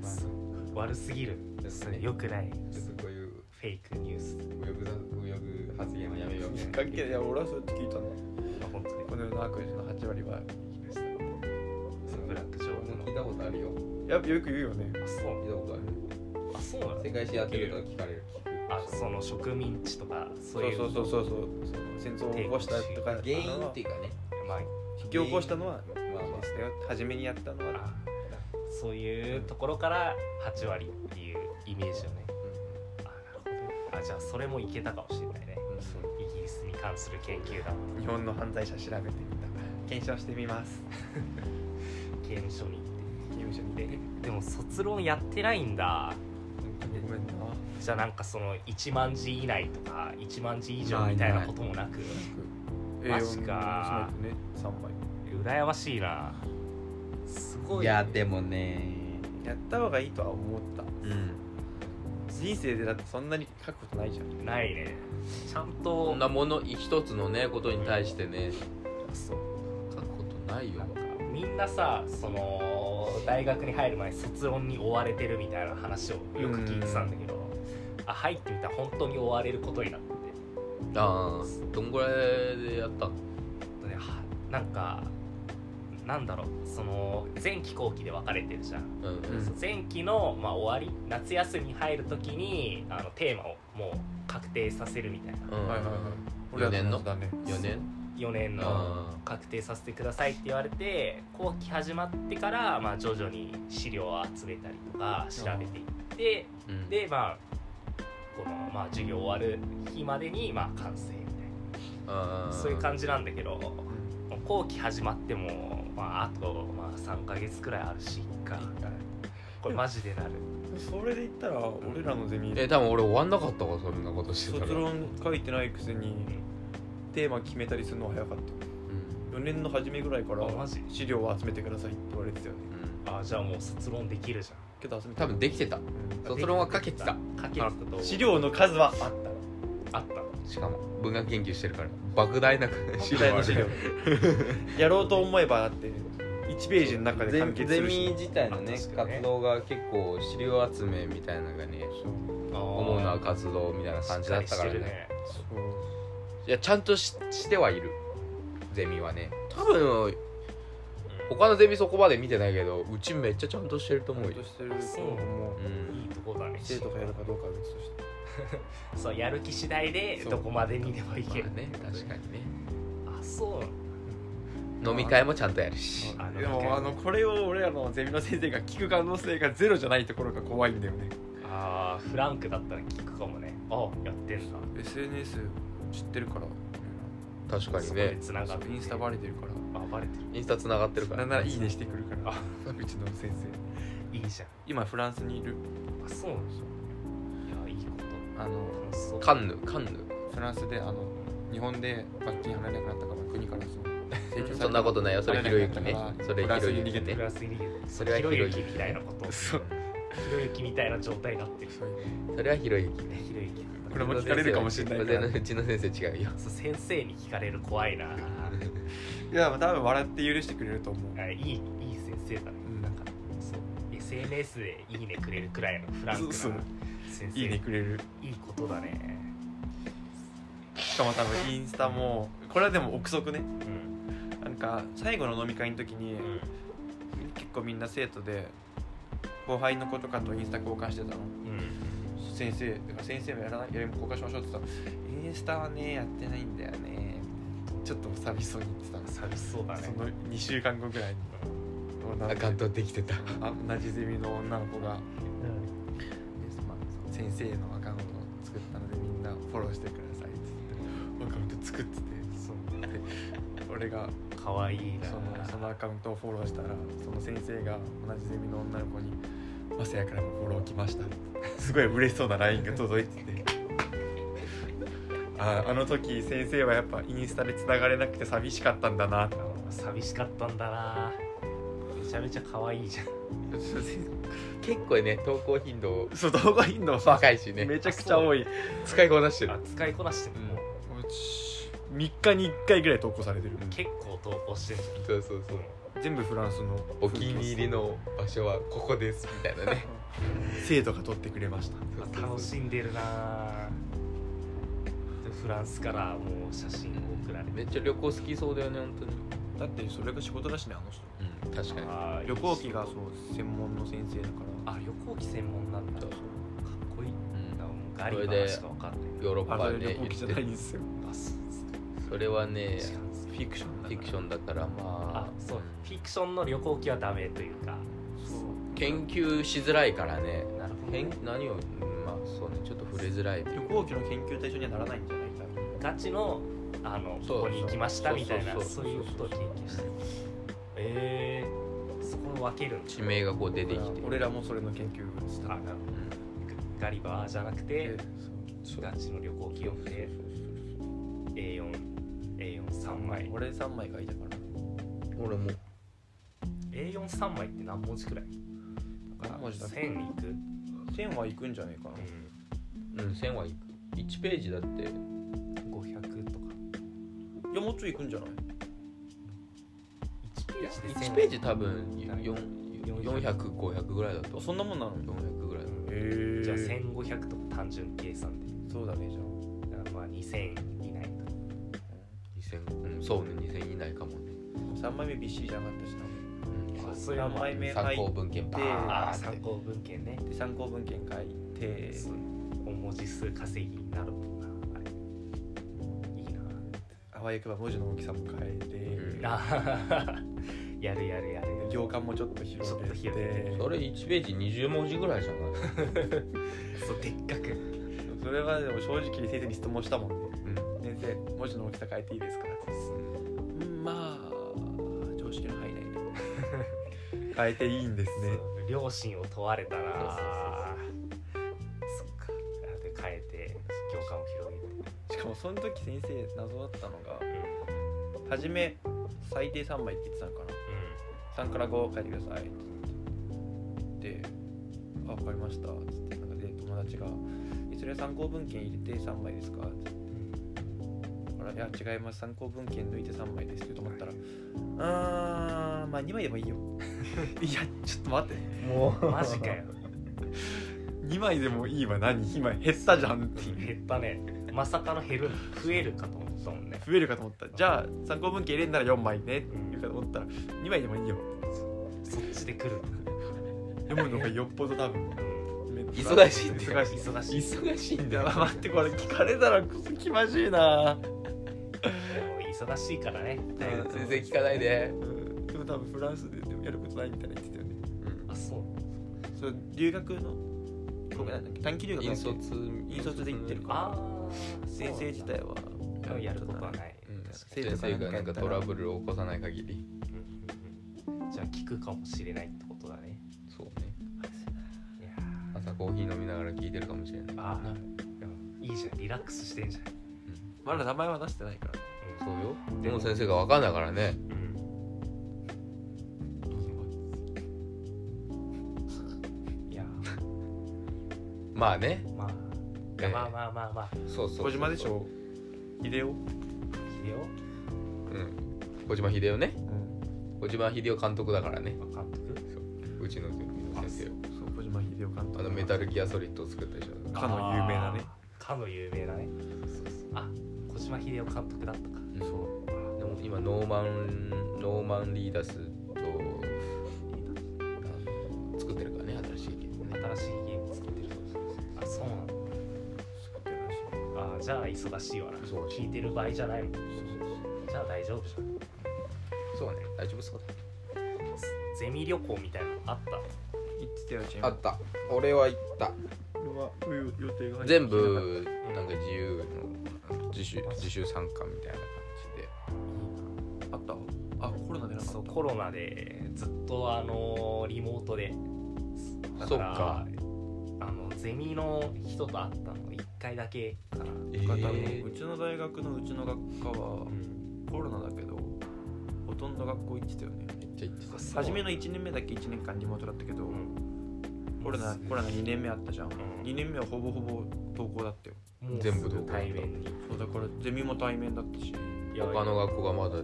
S3: そう悪すぎるそれよくない
S2: ちょっとこういう
S3: フェイクニュース
S2: 無欲だ無欲発言はやめようね
S1: 関係ないいや俺はそれ聞いたね
S3: まあ本当に
S1: この世の悪事の8割はイギリスだ
S3: そのブラックジョー
S2: 俺も
S3: ク
S2: 聞いたことあるよ
S1: やっぱよく言うよね
S3: のあそう
S2: 聞いたことあ
S3: あそうなの
S2: る世界史やってると聞かれる
S3: あその植民地とか
S1: そ
S3: そう
S1: う
S3: いう
S1: そうそうそうそう戦争を起こしたとか
S2: 原因っていうかね
S3: まあ
S1: 引き起こしたのは
S2: まあ
S1: イギ
S2: ま
S1: リスだよ初めにやったのは
S3: あそういうところから8割っていうイメージよね
S2: あ
S3: あなるほどあじゃあそれもいけたかもしれないね
S2: うんそう
S3: イギリスに関する研究だ
S1: 日本の犯罪者調べてみた検証してみます
S3: 刑務所に
S1: 刑務所に
S3: ででも卒論やってないんだ
S1: ごめんな
S3: じゃあなんかその1万字以内とか1万字以上みたいなこともなくマジか
S1: ね3枚
S3: 羨ましいなすごい
S6: いやでもね
S1: やった方がいいとは思った
S6: うん
S1: 人生でだってそんなに書くことないじゃん
S3: ないねちゃん
S2: ことんなもの一つのねことに対してね
S3: そう
S2: 書くことないよ
S3: なんかみんなさその大学に入る前卒論に追われてるみたいな話をよく聞いてたんだけどあ入ってみたら本当に追われることになって
S2: ああどんぐらいでやったの
S3: ではなんかなんだろうその前期後期で分かれてるじゃん
S2: うん
S1: うん
S3: 前期の、まあ、終わり夏休みに入る時にあのテーマをもう確定させるみたいな
S2: うん
S1: はいはいはい
S2: 四年の
S1: だね
S2: 4年
S3: 4年の
S2: あ
S3: 確定させてくださいって言われて後期始まってから、まあ、徐々に資料を集めたりとか調べていって
S2: ーうん
S3: でまあこの、まあ、授業終わる日までに、まあ、完成みたい
S2: あー
S3: なそういう感じなんだけど後期始まっても、まあ、あと、まあ、3ヶ月くらいあるし1回これマジでなる
S1: それで言ったら俺らのゼミ
S2: え多分俺終わんなかったわそんなことしてたら
S1: 卒論書いてないくせにテーマ決めたりするのは早かっ
S2: うん
S1: た4年の初めぐらいから
S3: あマジ
S1: 資料を集めてくださいって言われてたよね
S2: うん
S3: あじゃあもう卒論できるじ
S1: けど集めて
S2: 多分できてた
S3: ゃん
S2: 卒論は書けてた
S3: 書けてたと
S1: 資料の数はあっ
S3: あったの
S2: しかも文学研究してるから莫大な
S1: た
S2: 資料ある
S1: 資料 やろうと思えばだって1ページの中で
S6: ゼ
S1: 完
S6: ミ
S1: 結
S6: ゼ
S1: するし
S6: ミ自体のね
S3: あ確かにね
S6: 活動が結構
S2: 資料集めみたいなのがね主な活動みたいな感じだったからね
S1: そう
S2: いやちゃんとししてはいるゼミはね多分他のゼミそこまで見てないけどうちめっちゃちゃんとしてると思う
S1: ちゃん
S2: よ
S1: と、してると思う
S2: う
S3: い
S2: ん、
S3: いとこだね
S1: 生徒がやるかどうかは別として
S3: そうやる気次第で
S1: そう
S3: どこまでにでもい
S2: ま
S3: ける
S2: あね確かにね
S3: あそう
S2: 飲み会もちゃんとやるし
S3: あの
S1: でもあのこれを俺らのゼミの先生が聞く可能性がゼロじゃないところが怖いんだよね
S3: あーフランクだったら聞くかもねあやってんだ
S1: SNS 知ってるから
S2: 確か
S3: そ
S2: に
S3: こで
S2: ね
S3: つながって
S1: インスタバレてるから
S3: あバレて
S2: インスタ繋がってるか
S1: な
S2: ら、
S1: んならいいねしてくるからうちの先生
S3: るいいじゃん
S1: 今フランスにいる
S3: あそうなんだいやいいこ
S1: あの
S3: と楽しそう
S2: カンヌカンヌ
S1: フランスであの日本で罰金払えなくなったから国からその 請求された
S2: そんなことないよそれひろゆきねそれひろゆき
S3: フ
S2: ね
S3: ランスにいる
S2: それは
S3: ひ
S2: ひ
S3: ろ
S2: ろ
S3: ゆ
S2: ゆ
S3: き
S2: き
S3: みたいなことひ
S1: そう
S3: ろゆきみたいな状態になってる
S1: そういう
S2: それはひろゆき
S3: ねひろゆき
S1: これも聞かれるかもしれないから
S2: うちの先生違 うよ
S3: そう先生に聞かれる怖いな
S1: いや多分笑って許してくれると思う
S3: あいいいい先生だね
S1: うん
S3: なんかそう SNS で「いいね」くれるくらいのフランクな
S1: そうそう
S3: 先生
S1: いいねくれる
S3: いいことだね
S1: しかも多分インスタもこれはでも憶測ね
S3: うん
S1: なんか最後の飲み会の時に
S3: うん
S1: 結構みんな生徒で後輩の子とかとインスタ交換してたの
S3: うん
S1: 先生だから先生もやらないやりも交換しましょうって言ったらインスタはねやってないんだよねちょっと寂しそうに言ってたの
S3: 寂しそうだね
S1: その2週間後ぐらいに女の
S2: ア
S1: 子
S2: カウントできてた
S1: あ同じゼミの女の子が
S3: うん
S1: 先生のアカウントを作ったのでみんなフォローしてくださいって言ってアカウント作っててそうで俺が
S3: かわいいな
S1: そのそのアカウントをフォローしたらその先生が同じゼミの女の子に「まさやからもフォロー来ました」 すごい嬉しそうな LINE が届いててああの時先生はやっぱインスタでつながれなくて寂しかったんだなって
S3: あ寂しかったんだなめちゃめちゃ可愛いじゃん
S2: 結構ね投稿頻度
S1: そう動画頻度は
S2: 高いしね
S1: めちゃくちゃ多い
S2: 使いこなしてる
S3: あ使いこなしてるもう
S1: うち3日に1回ぐらい投稿されてる
S3: 結構投稿してる
S2: そうそうそう
S1: 全部フランスの
S2: お気に入りの場所はここですみた いなね
S1: 生徒が撮ってくれました
S2: そうそうそう
S3: 楽しんでるなでフランスからもう写真を送られ
S2: めってちゃ旅行好きそうだよね本当に
S1: だってそれが仕事だしねあの人
S2: うん確かに
S3: あー
S1: 旅行機がそう専門の先生だから
S3: あ旅行機専門なんだかっこいいなもうガリ
S2: それ
S3: バナ
S2: で
S3: しか分かんない
S2: ヨーロッ
S1: あ
S2: パ
S1: れ
S2: で
S1: 旅行機じゃないんですよ
S3: あそうですか
S2: それはね
S3: 違うんです
S1: フ
S3: か
S1: ィクション
S2: フィクションだから
S3: あ
S2: まあ
S3: そうフィクションの旅行機はダメというかそう
S2: 研究しづらいからね
S3: なるほどね
S2: 研何をうんまあそうねちょっと触れづらい
S1: 旅行機の研究対象にはならないんじゃないか
S3: ガチのあの
S2: そう
S3: ここに行きました
S2: そう
S3: みたいな
S2: そう
S3: そ
S2: そうう
S3: いうことを研究してるえー、そこを分けるん
S2: 地名がこう出てきて
S1: 俺らもそれの研究をした
S3: あなるほどガリバーじゃなくて
S1: そう
S3: ガチの旅行機をで A4A43 枚
S1: 俺3枚書いたから
S2: うん俺も
S3: A43 枚って何文字くらい
S1: 何文字だっけ
S3: 1000いく、う、
S1: 1000はいくんじゃないかなん
S2: うん1000はいく1ページだって
S3: 500とか
S1: いやもうちょいいくんじゃない
S3: 1ページで
S2: 1
S3: 1000
S2: ページ多分
S3: 何
S2: 400500ぐらいだと
S1: あそんなもんなの
S2: 400ぐらいだ
S1: へ
S3: じゃあ1500とか単純計算で
S1: そうだねじゃあ
S3: だからまあ2000以内とか
S2: 2000うんそうね2000以内かもね、
S1: 3枚目びっしりじゃなかったしな
S2: うん、
S3: そういう
S1: 3
S3: のもあ
S1: 枚目書
S2: 参
S1: い
S2: 考
S1: て
S2: 文献バー
S3: あー
S2: ンっ
S3: 参
S2: て
S3: 考文献ね
S1: 参考文献書いて
S3: そう大文字数稼ぎになるもんなあれいいな
S1: 淡ま行けば文字の大きさも変え
S2: うん
S1: て、
S3: あー やるやるやる
S1: 行間もちょっと広
S3: ちょっと
S1: げ
S3: 広げ
S1: て
S2: それ1ページ20文字ぐらいじゃない
S3: そうでっかく
S1: それはでも正直先生に質問したもんね「先生文字の大きさ変えていいですか?」ってうんまあ常識の範囲内で 変えていいんですね
S3: そう両親を問われたら
S6: そうそうそう
S3: そっかで変えて共感を広げて
S1: しかもその時先生謎だったのが初め最低3枚って言ってたのかな3から5書いてくださいって言ってで「あ分かりました」っつってなんかで友達が「えそれは参考文献入れて3枚ですか?」って言って「あらいや違います参考文献抜いて3枚です」って言うと思ったら「あーまあ2枚でもいい よ」いやちょっと待って
S2: も
S3: うんマジかよ
S1: 2枚でもいいわ何今減ったじゃんっていう
S3: 減ったねまさかの減る増えるかと思ったもんね
S1: 増えるかと思ったじゃあ参考文献入れんなら4枚ねって言うかと思ったら2枚でもいいよ
S3: そっちで来る
S1: 読むのがよっぽど多分
S3: うん
S2: 忙しいって
S1: 忙しい
S3: 忙しい
S2: 忙しいん
S1: い
S2: だ
S1: や
S2: よ
S1: 待ってこれ聞かれたらくそ気まじいな、
S3: でも忙しいからね
S1: 大学
S2: 全然聞かないで、
S1: うん、でも多分フランスでやることないみたいな言ってたよね
S3: あそう
S1: そう留学のごめんなんだっけ短期留学だ
S2: 引
S1: っけ
S2: 率
S1: 引率で行ってるか
S3: ああ
S1: 先生自体は
S3: やることはない
S2: うん
S3: 確か
S1: 生
S2: 先
S1: 徒かな
S2: 生
S1: んか
S2: がなんかトラブルを起こさない限り
S3: にうんうんうんじゃあ聞くかもしれないってことだね
S2: そうね
S3: いや
S2: 朝コーヒー飲みながら聞いてるかもしれない
S3: ーあーでもいいじゃんリラックスしてんじゃん
S1: まだ名前は出してないから
S2: そうよでも先生が分かんないからね
S3: いや
S2: まあね
S3: まあ、い
S2: え
S3: や
S2: え
S3: まあまあまあまあ
S2: そうそうそう
S1: 小島でしょ入れよう、
S3: 秀夫
S2: うん小島秀夫ね小島秀夫監督だからね
S3: 監督
S2: うちのゼミの先生
S1: そう小島秀夫監督
S2: あのメタルギアソリッドを作った人だ
S1: かの有名なね
S3: あーかの有名なねあ小島秀夫監督だったか
S2: うんそうでも今ノーマンノーマンリーダスとあの作ってるからね新しいゲームね
S3: 新しいゲーム作ってるあそうなんだあーじゃあ忙しいわな
S2: そう
S3: 聞いてる場合じゃないもんじゃあ大丈夫じゃん
S2: そうね大丈夫そう
S3: ゼミ旅行みたいなのあった
S1: 言ってたよチェン
S2: だあった俺は行った
S1: これはこういう予定が入ってきてなかった
S2: 全部なんか自由の自主自主参加みたいな感じで
S1: あったあコロナでなかった
S3: そうコロナでずっとあのリモートでだ
S2: そ
S3: か
S2: っ
S3: ら
S2: か
S3: あのゼミの人と会ったの1回だけかな、
S2: え
S1: が多分うちの大学のうちの学科はコロナだけどほとんど学校行ってたよね
S2: めっちゃ行ってた
S1: 初めの1年目だけ1年間リモートだったけど、コロナコロナ2年目あったじゃん、
S3: ん
S1: 2年目はほぼほぼ登校だったよ
S3: もう
S2: 全部
S3: すぐ対面に
S1: そうだからゼミも対面だったし
S2: 他の学校がまだ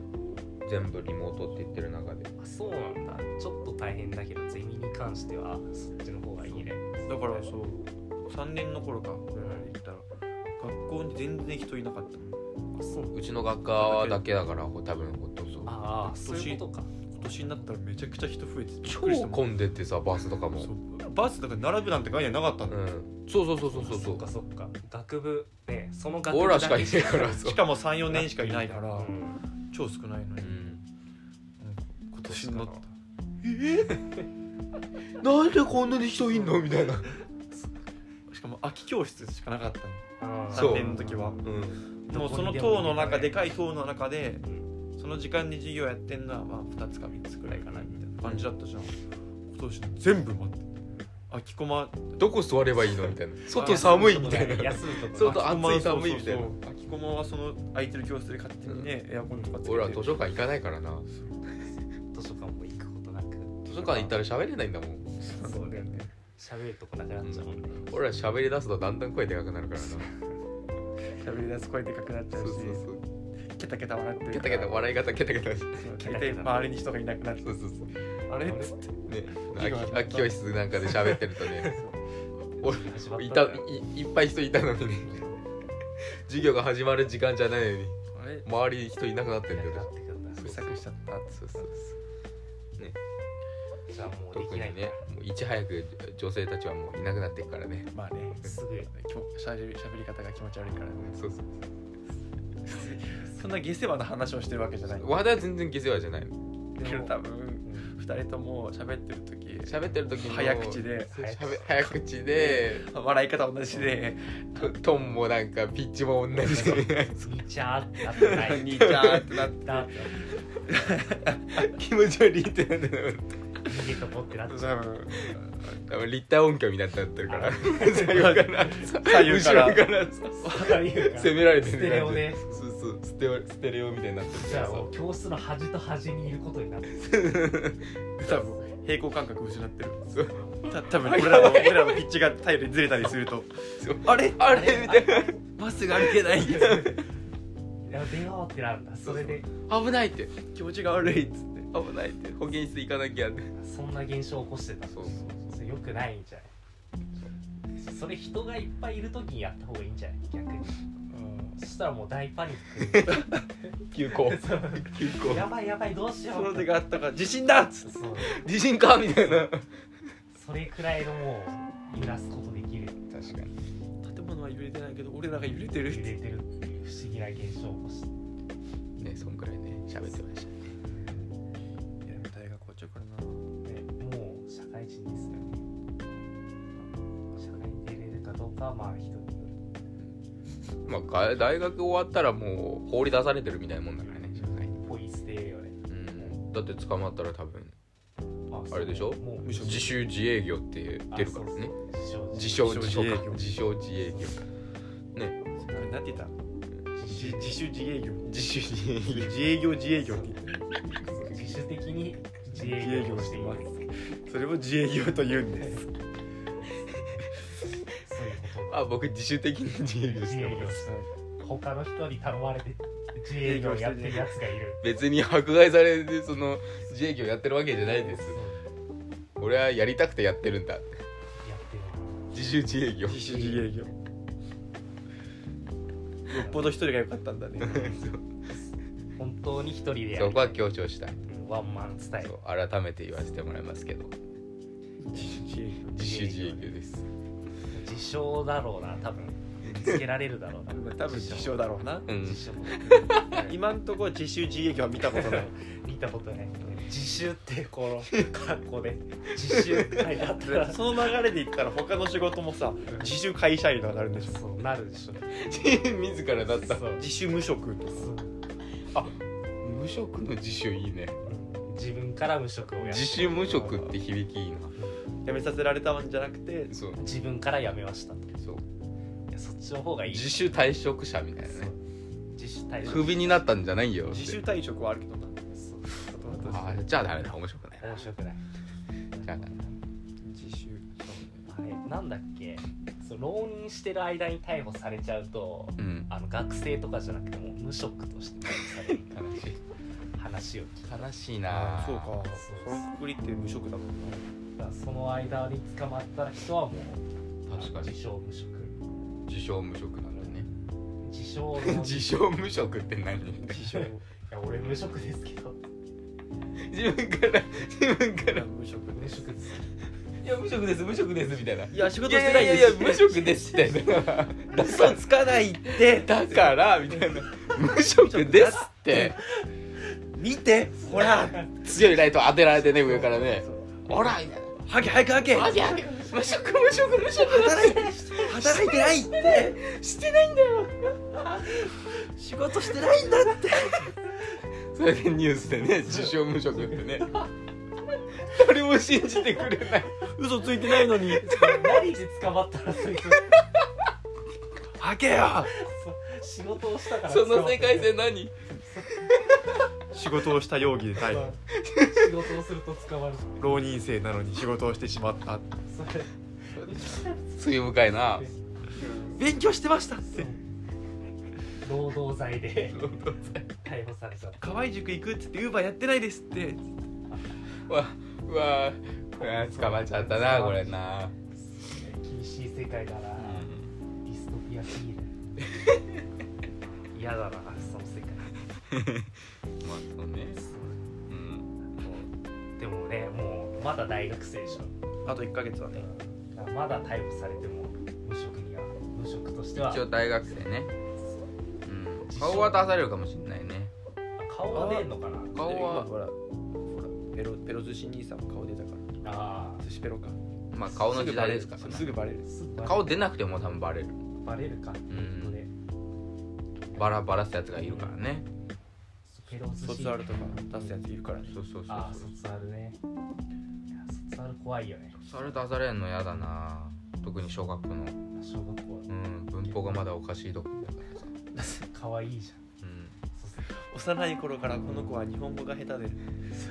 S2: 全部リモートって言ってる中で
S3: あそうなんだちょっと大変だけどゼミに関してはそっちの方がいいね
S1: だからそう3年の頃か俺らで行ったら学校に全然人いなかったの
S3: あそう
S2: うちの学科だけだからほ多分ほとんど
S3: ああそういうことか
S1: 今年になったらめちゃくちゃ人増えてびっ
S2: 超
S1: くりしたもん
S2: 混んでてさバスとかも
S1: そうバスだから並ぶなんて概念なかったんだ
S2: う
S1: よ、
S2: んそうそうそうそうそう
S3: そっかそっか学部ねその学
S2: オ
S3: 部
S2: ラしかい
S3: け
S2: ないからそう
S1: しかも34年しかいないから、
S3: うん
S1: 超少ないのに、
S2: うん
S1: 今年になった
S2: なんでこんなに人いんのみたいな
S1: しかも空き教室しかなかったの
S3: あー
S2: そう
S1: 3年の時は
S2: うん
S1: もうその塔の中でかい塔の中でその時間に授業やってんのはまあ2つか3つくらいかなみたいな感じだったじゃん今年全部待って空き駒
S2: どこ座ればいいのみたい な外寒いみたいな
S3: 休むとこ
S2: そう
S3: な
S2: と
S1: 空き駒
S2: 暑い寒いみたいな
S1: そうそうそう空き駒はその空いてる教室で勝手にね、エアコンとかつけて
S2: 俺は図書館行かないからな
S3: 図書館も行くことなく
S2: 図書館行ったら喋れないんだもん
S3: そうだよね喋るとこなくなっちゃうもんね
S2: 俺ら喋り出すとだんだん声でかくなるからな
S1: 喋り出す声でかくなっちゃうし
S2: う
S1: ケタケタ笑ってる
S2: ケタケタ笑い方ケタケタそう
S1: そう大体周りに人がいなくなる
S2: そうそう
S1: あれっつって
S2: ね
S1: 授業始まった
S2: 空き教室なんかで喋ってる とね
S3: 始まっ
S2: 俺い
S3: た
S2: た
S3: ん
S2: い
S3: だよ
S2: いっぱい人いたのにね 授業が始まる時間じゃないのに
S1: あれ
S2: 周り人いなくなってんだ
S3: な
S2: よ
S3: く
S2: ね
S3: なってくんだ
S2: そう
S1: 不作しちゃった
S2: そうそうそう
S3: じゃあもうで
S2: 特
S3: き
S2: に
S3: ないんだ
S2: ねもういち早く女性たちはもういなくなっていくからね
S1: まあね
S3: すぐよ
S1: きょしゃべり喋り方が気持ち悪いからね
S2: そうそう
S1: そんな下世話な話をしてるわけじゃない
S2: 話題は全然下世話じゃない
S1: けど多分2人とも喋ってる時
S2: 喋ってる時も
S1: 早口で
S2: 喋早口で
S1: 笑い方同じで
S2: トトーンもなんかピッチも同じで
S3: にちゃーってなってな い
S1: 兄ちゃんってなって
S3: だって
S2: 気持ち悪いってなってた
S3: 逃げとぼってなって
S1: 多分
S2: 多分立体音響みたいになってるから
S3: あ
S2: 左右から
S1: 左右から
S2: 後ろから
S3: そういうか
S2: 攻められてる
S3: ステレオね
S2: そうそうステレオステレオみたいになってる
S3: じ
S2: か
S3: ゃ
S2: ら
S3: あ
S2: さ
S3: もう教室の端と端にいることになってる
S1: 多分平行感覚失ってる
S2: そう
S1: た多分俺らの俺らのピッチが左右にずれたりすると
S2: そう
S1: あれ
S2: あれみたいな
S1: バスが歩けない
S3: やべよってなるんだそれで
S2: 危ないって
S1: 気持ちが悪いっつって
S2: 危ないって保健室行かなきゃって
S3: そんな現象起こしてた
S2: そうそう
S3: それよくないんじゃないそれ人がいっぱいいる時にやった方がいいんじゃない逆にそしたらもう大パニック
S2: 急行急 行
S3: やばいやばいどうしよ
S1: そうの手があったから地震だっつって
S3: そう
S2: 地震かみたいな
S3: それくらいのもう揺らすことできる
S2: 確かに
S1: 建物は揺れてないけど俺らが揺れてるっ
S3: 揺れ
S1: て
S3: てるっていう不思議な現象を起こして
S2: ねそんくらいね喋ってましたね
S1: 大学校長これな
S3: もう社会人ですよね社会に出れるかどうかはまあ人によ
S2: まあが大学終わったらもう放り出されてるみたいなもんだからね社会に
S3: るポイ捨てよね
S2: うんだって捕まったら多分
S3: あ
S2: あれでしょ
S3: もう
S1: 無職
S2: 自主自営業って出るからね
S3: 自称
S2: 自称
S1: 自
S2: 自
S1: 称
S2: 称
S1: 自営
S2: か
S1: 業
S2: 自称自営業
S1: 何て言った自自主自営業
S2: 自主自営業
S1: 自営業自営業って言って
S3: 自主的に自営業をしていますそういうこ
S1: それを自営業と言うんです
S2: あ僕自主的に自営業して
S3: と自営業
S2: ます
S3: して他の人に頼まれて自営業やってるやつがいる
S2: 別に迫害されてその自営業やってるわけじゃないです俺はやりたくてやってるんだ
S3: やってる
S2: 自主自営業
S1: 自主自営業よっぽど一人が良かったんだね
S3: 本当に一人でや
S2: そ
S3: る
S2: こは強調したい
S3: ワンマンスタイル
S2: そう改めて言わせてもらいますけど
S1: 自主自営業
S2: 自主自営業です
S3: 自称だろうな多分見つけられるだろうな
S1: まあ多分自称だろうな
S2: うん
S3: 自称
S1: 今んとこ自主自営業は見たこと ない
S3: 見たことない自習ってこの格好で自習って書いてあっ たら
S1: その流れでいったら他の仕事もさ自主会社員とかなるんでしょ
S3: そうなるでしょ
S2: 自らだった
S3: そう
S1: 自主無職とか
S3: そう
S2: 無職の自主いいね
S3: 自分から無職をやる
S2: 自主無職って響きいいな
S1: 辞めさせられたんじゃなくて
S2: そう
S3: 自分から辞めましたい
S2: そう
S3: やそっちの方がいい
S2: 自主退職者みたい
S3: そう
S2: なね
S3: 自主退
S2: ク
S3: 職
S2: ビになったんじゃないよって
S1: 自主退職はあるけどな
S3: そう
S1: 言葉
S2: あ
S1: とし
S2: ー
S1: て
S2: じゃあダメだ面白くない
S3: 面白くない
S2: じゃあダメだ
S1: 自主
S3: あれなんだっけそう浪人してる間に逮捕されちゃうと
S2: うん
S3: あの学生とかじゃなくてもう無職として逮捕される
S2: 悲しい
S3: 話を聞いた
S2: 悲しいな
S1: そうかそのくくりって無職だもんな
S3: だからその間に捕まった人はもう
S2: 確か
S3: 自
S2: に
S3: 称無職
S2: 自称無職なんだね
S3: 自称
S2: 自称無職って何
S1: 自称
S3: いや俺無職ですけど
S2: 自分から自分から
S1: 無職
S3: 無職です
S2: いや無職です無職ですみたいない
S1: いや仕事
S2: や
S1: してない
S2: いや
S1: で
S2: い
S1: す
S2: や無職ですみたいな
S1: 嘘つかないって
S2: だからみたいな無職ですって
S1: 見てほら
S2: 強いライト当てられてね上からねほらみたい
S1: ハゲ早くハゲ
S2: なあ
S1: 働
S2: げあげ無職無職無職
S1: いて働いてないって
S2: してないんだよ
S1: 仕事してないんだって
S2: それでニュースでね自称無職ってね誰も信じてくれない
S1: 嘘ついてないのに
S3: 何で捕まったらそいつ
S1: ハゲよ
S3: 仕事をしたから
S2: その世界線何
S1: 仕事をした容疑で逮捕
S3: 仕事をすると捕まる
S1: 浪人生なのに仕事をしてしまった
S3: それ
S2: 罪深いな
S1: 勉強してましたって
S3: 労働罪で逮捕された
S1: 河合塾行くっつってウーバーやってないですって
S2: うわうわうわ捕まっちゃったなこれな
S3: 厳しい世界だなディストピアすぎる嫌だなその世界
S2: まあそうねうん
S3: もうでもねもうまだ大学生でしょ
S1: あと1ヶ月はね
S3: だからまだ逮捕されても無職には無職としては
S2: 一応大学生ねうん
S3: 自称
S2: 顔は出されるかもしれないね
S3: 顔は出んのかな
S2: 顔
S1: 今
S2: は
S1: ほらほらペロペロ寿司兄さんも顔出たから
S3: あ
S1: 寿司ペロか
S2: まあ顔の時代ですから
S1: すぐすぐバレる
S3: あ
S2: 顔出なくても多分バレる
S3: バレるか
S2: ん
S3: これ
S2: バラバラしたやつがいるからね
S3: ペロ寿司
S1: 卒アルとか出すやついるからね
S2: そうそうそう
S3: ああ卒アルねいや卒アル怖いよね
S2: それ出されんの嫌だな特に小学校の、
S3: 小学校
S2: うん、文法がまだおかしいとこだからさ、
S3: 可愛いじゃん
S2: う
S3: 卒
S1: 幼い頃からこの子は日本語が下手で
S2: ん、っ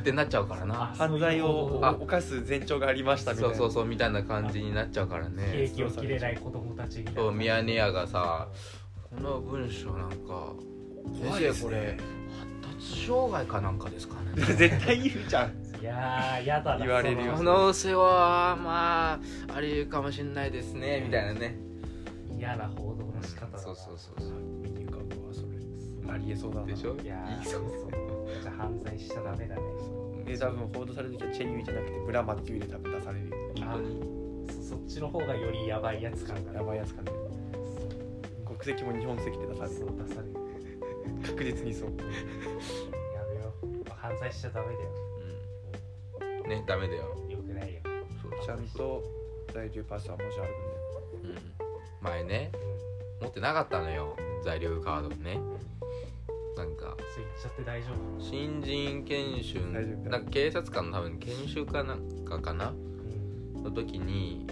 S2: てなっちゃうからな
S1: 犯罪を
S2: あ
S1: 犯す前兆がありましたみたい
S2: そう
S1: な
S2: そうそうみたいな感じになっちゃうから
S3: ケ
S2: ね
S3: ーキを切れない子供たちみたいな
S2: そうミヤネ屋がさこの文章なんか
S1: 怖いで
S2: 先生
S1: す
S2: これ
S1: ね
S2: 発達障害かなんかですかね
S1: 絶対言うじゃん
S3: いやーやだな
S1: 言われるよ
S2: 可
S3: そ
S2: 能性はまあありかもしんないですねみたいなね
S3: の嫌な報道の仕方だな
S2: そうそうそうそう
S1: メニューかうわそれありえそうだな
S2: でしょ
S3: いやー
S2: いいそう
S3: そうじゃあ犯罪しちゃダメだね
S1: で多分報道される時はチェユイじゃなくてブラマっていうで多分出されるよ
S3: あそそっちの方がよりやばいやつ感が
S1: やばいやつかね国籍も日本籍で出され
S3: そ
S1: る
S3: う出される
S1: 確実にそう
S3: やめよう犯罪しちゃダメだよ
S2: うんねダメだよ
S3: よくないよ
S2: そう
S1: ちゃんと在留パスはもしあるんで
S2: うん前ね持ってなかったのよ在留カードねなんか
S3: そう言っちゃって大丈夫
S2: 新人研修
S1: 大丈夫
S2: なんか警察官の多分研修かなんかかな
S3: うん
S2: の時に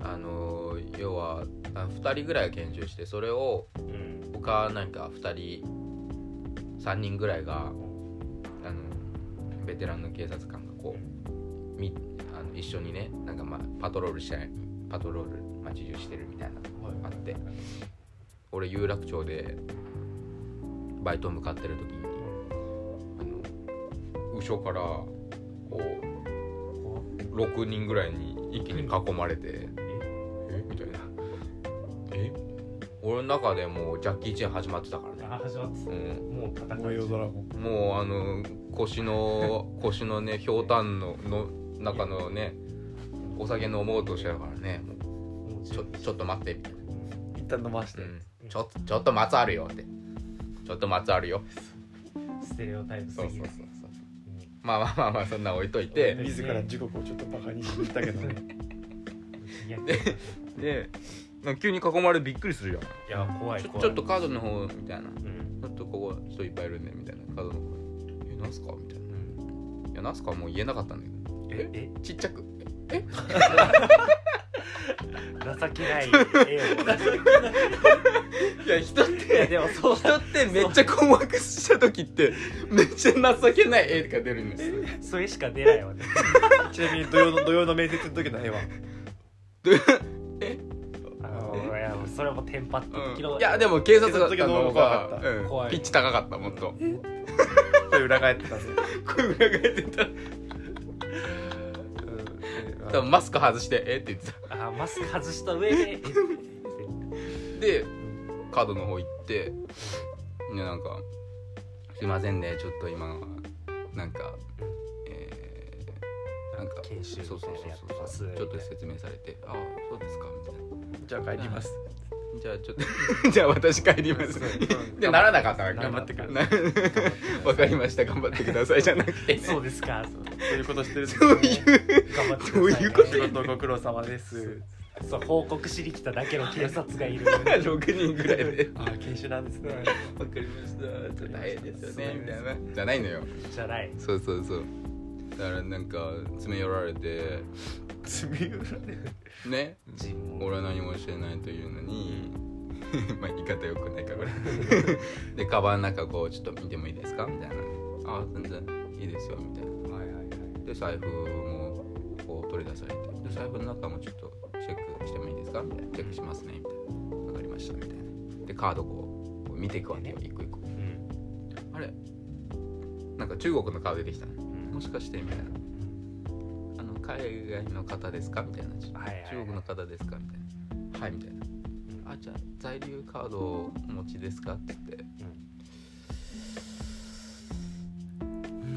S2: あのー要はあ2人ぐらいが研修してそれを
S3: うん
S2: 他なんか2人3人ぐらいがあのベテランの警察官がこうみあの一緒にねなんか、まあ、パトロールしてパトロール街中してるみたいなのがあって俺有楽町でバイト向かってる時にあの後ろからこう
S3: こ
S2: 6人ぐらいに一気に囲まれて
S3: うえ
S2: 「えみたいな「え俺の中でもうジャッキー・チェン始まってたからね
S3: あ始まって
S2: うん
S3: たもう戦い
S1: ゴン
S2: もうあの腰の 腰のねひょうたんのの中のねお酒飲もうとしてたからねもう
S3: もう
S2: ちょちょっと待ってみたいな、
S1: 一旦飲まして、
S2: うん、ちょちょっと待つあるよってちょっと待つあるよ
S3: ステレオタイプす
S2: そう
S3: ぎ
S2: そう
S3: る
S2: そうそうまあまあまあまあそんなん置いといて
S1: 自ら時刻をちょっとバカにしてたけどね
S3: うんいや
S2: でなんか急に囲まれてびっくりするよ
S3: いや怖い
S2: ちょ
S3: 怖い
S2: ちょっとカードの方みたいな
S3: うん
S2: ちょっとここ人いっぱいいるねみたいなカードの方えなんすかみたいな
S3: うん
S2: いやなんすかもう言えなかったんだけど
S3: ええ
S2: ちっちゃく
S3: 情けない
S2: いや人っ
S3: 絵をい
S2: て
S3: やでもそう
S2: 人ってめっちゃ困惑した時ってめっちゃ情けない絵が出るんです
S3: それしか出ない わね
S1: ちなみに土曜の土曜の面接の時の絵は
S3: あのいやもうそれはもうテンパった時の
S2: いやでも警察だった
S1: 警察の
S2: の
S1: 方が怖か
S2: が
S1: った
S2: うん
S3: 怖い
S2: ピッチ高かったもっとこ
S1: これ裏返ってたぜ、
S2: れ裏返ってた多分マスク外してえって言ってた
S3: あマスク外した 上で
S2: でカードの方行っていやなんか「すいませんねちょっと今はなんかえーなんか
S3: 研修み
S2: そう
S3: た
S2: そ
S3: いうなやって
S2: そう
S3: ま
S2: そ
S3: す
S2: うちょっと説明されて「ああそうですか」みたいな
S1: じゃあ帰ります
S2: じゃあちょっとじゃあ私帰ります
S1: うん
S2: でならなかったわけ
S1: 頑張ってく
S2: なわかりました頑張ってくださいじゃなくて
S3: えそうですかそう
S1: そういうことしてるんです
S2: そう
S1: ね
S2: いう
S3: 頑張って
S2: どう
S3: ください
S2: い
S3: ね
S2: うこ
S1: 仕事ご苦労様です
S3: そう報告しに来ただけの警察が いる
S2: 6人ぐらいで
S1: あー研修なんですね
S2: 「わかりましたちょっと大変ですよね」
S1: そう
S2: みたいなじゃないのよ
S3: じゃない
S2: そうそうそうだからなんか詰め寄られて
S1: 積み裏で
S2: ね
S3: 尋問
S2: 俺は何もしてないというのにまあ言い方よくないかこれ でカバンの中こうちょっと見てもいいですかみたいな「ああ全然いいですよ」みたいな
S3: はいはいはい
S2: で財布もこう取り出されてで財布の中もちょっとチェックしてもいいですかみたいなチェックしますねみたいな分かりましたみたいなでカードこうこう見ていくわけよ一個一個
S3: うん
S2: あれなんか中国のカード出てきたの
S3: うん
S2: もしかしてみたいなあの海外の方ですかみたいな中
S3: はいはいはい
S2: 国の方ですかみたいなはいみたいなあじゃあ在留カードをお持ちですかって言って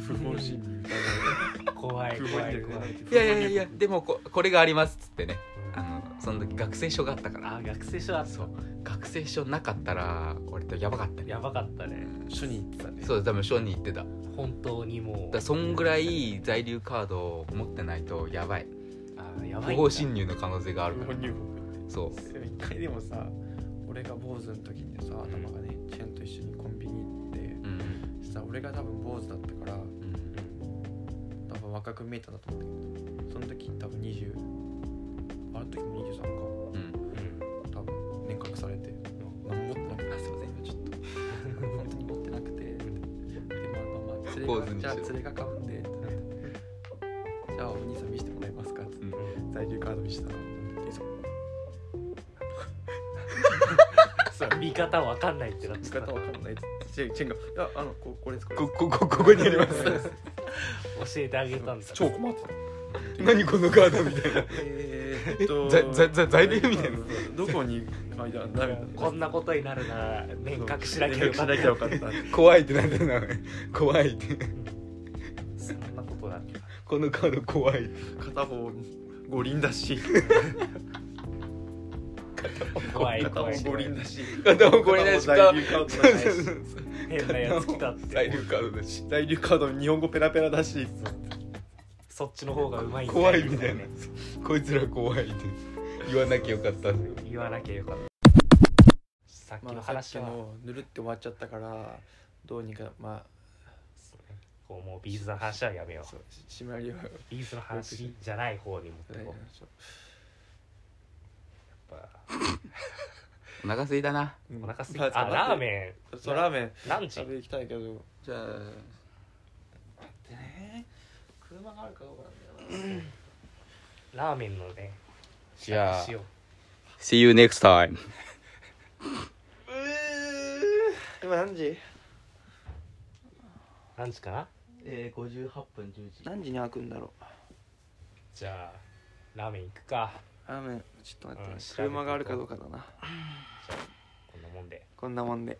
S1: 不法侵入
S3: 怖い
S1: 不
S3: 怖
S1: 法
S3: い
S1: 侵入
S3: 怖い
S2: いやいやいやでもここれがありますっつってねあのその時学生証があったから
S3: あー学生証あった
S2: そう学生証なかったら俺とやばかったね
S3: やばかったね
S1: 書に行ってたね
S2: そう多分小に行ってただか
S3: 本当にもう
S2: らそんぐらい在留カードを持ってないとやばい
S3: あーやば
S2: 不
S3: い
S2: 法侵入の可能性がある
S1: 日
S2: か
S1: 本
S2: ら
S1: 入
S2: そう
S1: 国一回でもさ俺が坊主の時にさ頭がねチェンと一緒にコンビニ行って
S2: うん
S1: さ俺が多分坊主だったから
S2: うん
S1: 多分若く見えたなと思ったけどその時多分20あの時も23か
S2: うん
S1: 多分年賀されて何も持ってなくてあすいませんちょっと本当に持ってなくてでまあまあまあ連
S2: 坊
S1: れ
S2: 主
S1: が
S2: にし
S1: じ
S2: ろ
S1: ゃあ連れが買うんでじゃあお兄さん見せてもらえますかって
S2: うん
S1: 在留カード見せたらいいぞ
S3: そう見方わかんないってなっち
S1: 使
S3: ゃ
S1: い
S3: った
S1: 方
S3: 教
S1: わかんないっつってチェンチェンが「いやあのここれですこれ
S2: こ
S1: です
S2: こ こここにあります
S3: えてあげたんだ
S1: 超困ってた
S2: 何このカードみたいな
S1: えーっと
S2: ざざざ在留みたいな
S1: どこに書いてあるんだみたいな
S3: こんなことになるなら年
S1: そう
S3: 隠しなきゃよかった
S1: 連絡しなきゃよかった
S2: 怖いってなんだよな怖いって
S3: そんなことだった
S2: このカード怖い
S1: 片方五輪だし
S3: 怖い
S1: 片
S3: 怖い
S1: 方五輪だし
S2: 片方これなしか
S1: 片方在留カード
S2: そう
S1: だ
S2: そう
S1: し
S2: そうそう
S3: 変なやつ来たっ
S2: 在
S3: て
S2: 留カードだし
S1: 在留カード日本語ペラペラだし
S3: そっちの方がうまいんだよ
S2: 怖いみたいなこいつら怖いって言わなきゃよかった
S3: 言わなきゃよかったさっきの
S1: まあ、さ
S3: 話
S1: っき
S3: は
S1: もぬるって終わっちゃったからどうにかまあ
S3: こうもうビーズの話はやめよう
S1: そうし締まりを
S3: ビーズの話じゃない方に持ってこうやっぱ
S2: お腹すいたな
S3: お腹すいたあラーメ
S1: ンそうラーメン
S3: ンランチ
S1: 食べ行きたいけど
S2: じゃあ
S1: 車があるかどうかなんだよ
S3: ラーメンのね
S2: じゃあ
S3: しよう
S2: See you next time
S1: 今何時
S3: ランチかな
S6: えー、58分10時
S1: 何時に開くんだろう
S3: じゃあラーメン行くか
S1: ラーメンちょっと待って、
S3: うん
S1: 車があるかどうかだな
S3: こんなもんで
S1: こんなもんで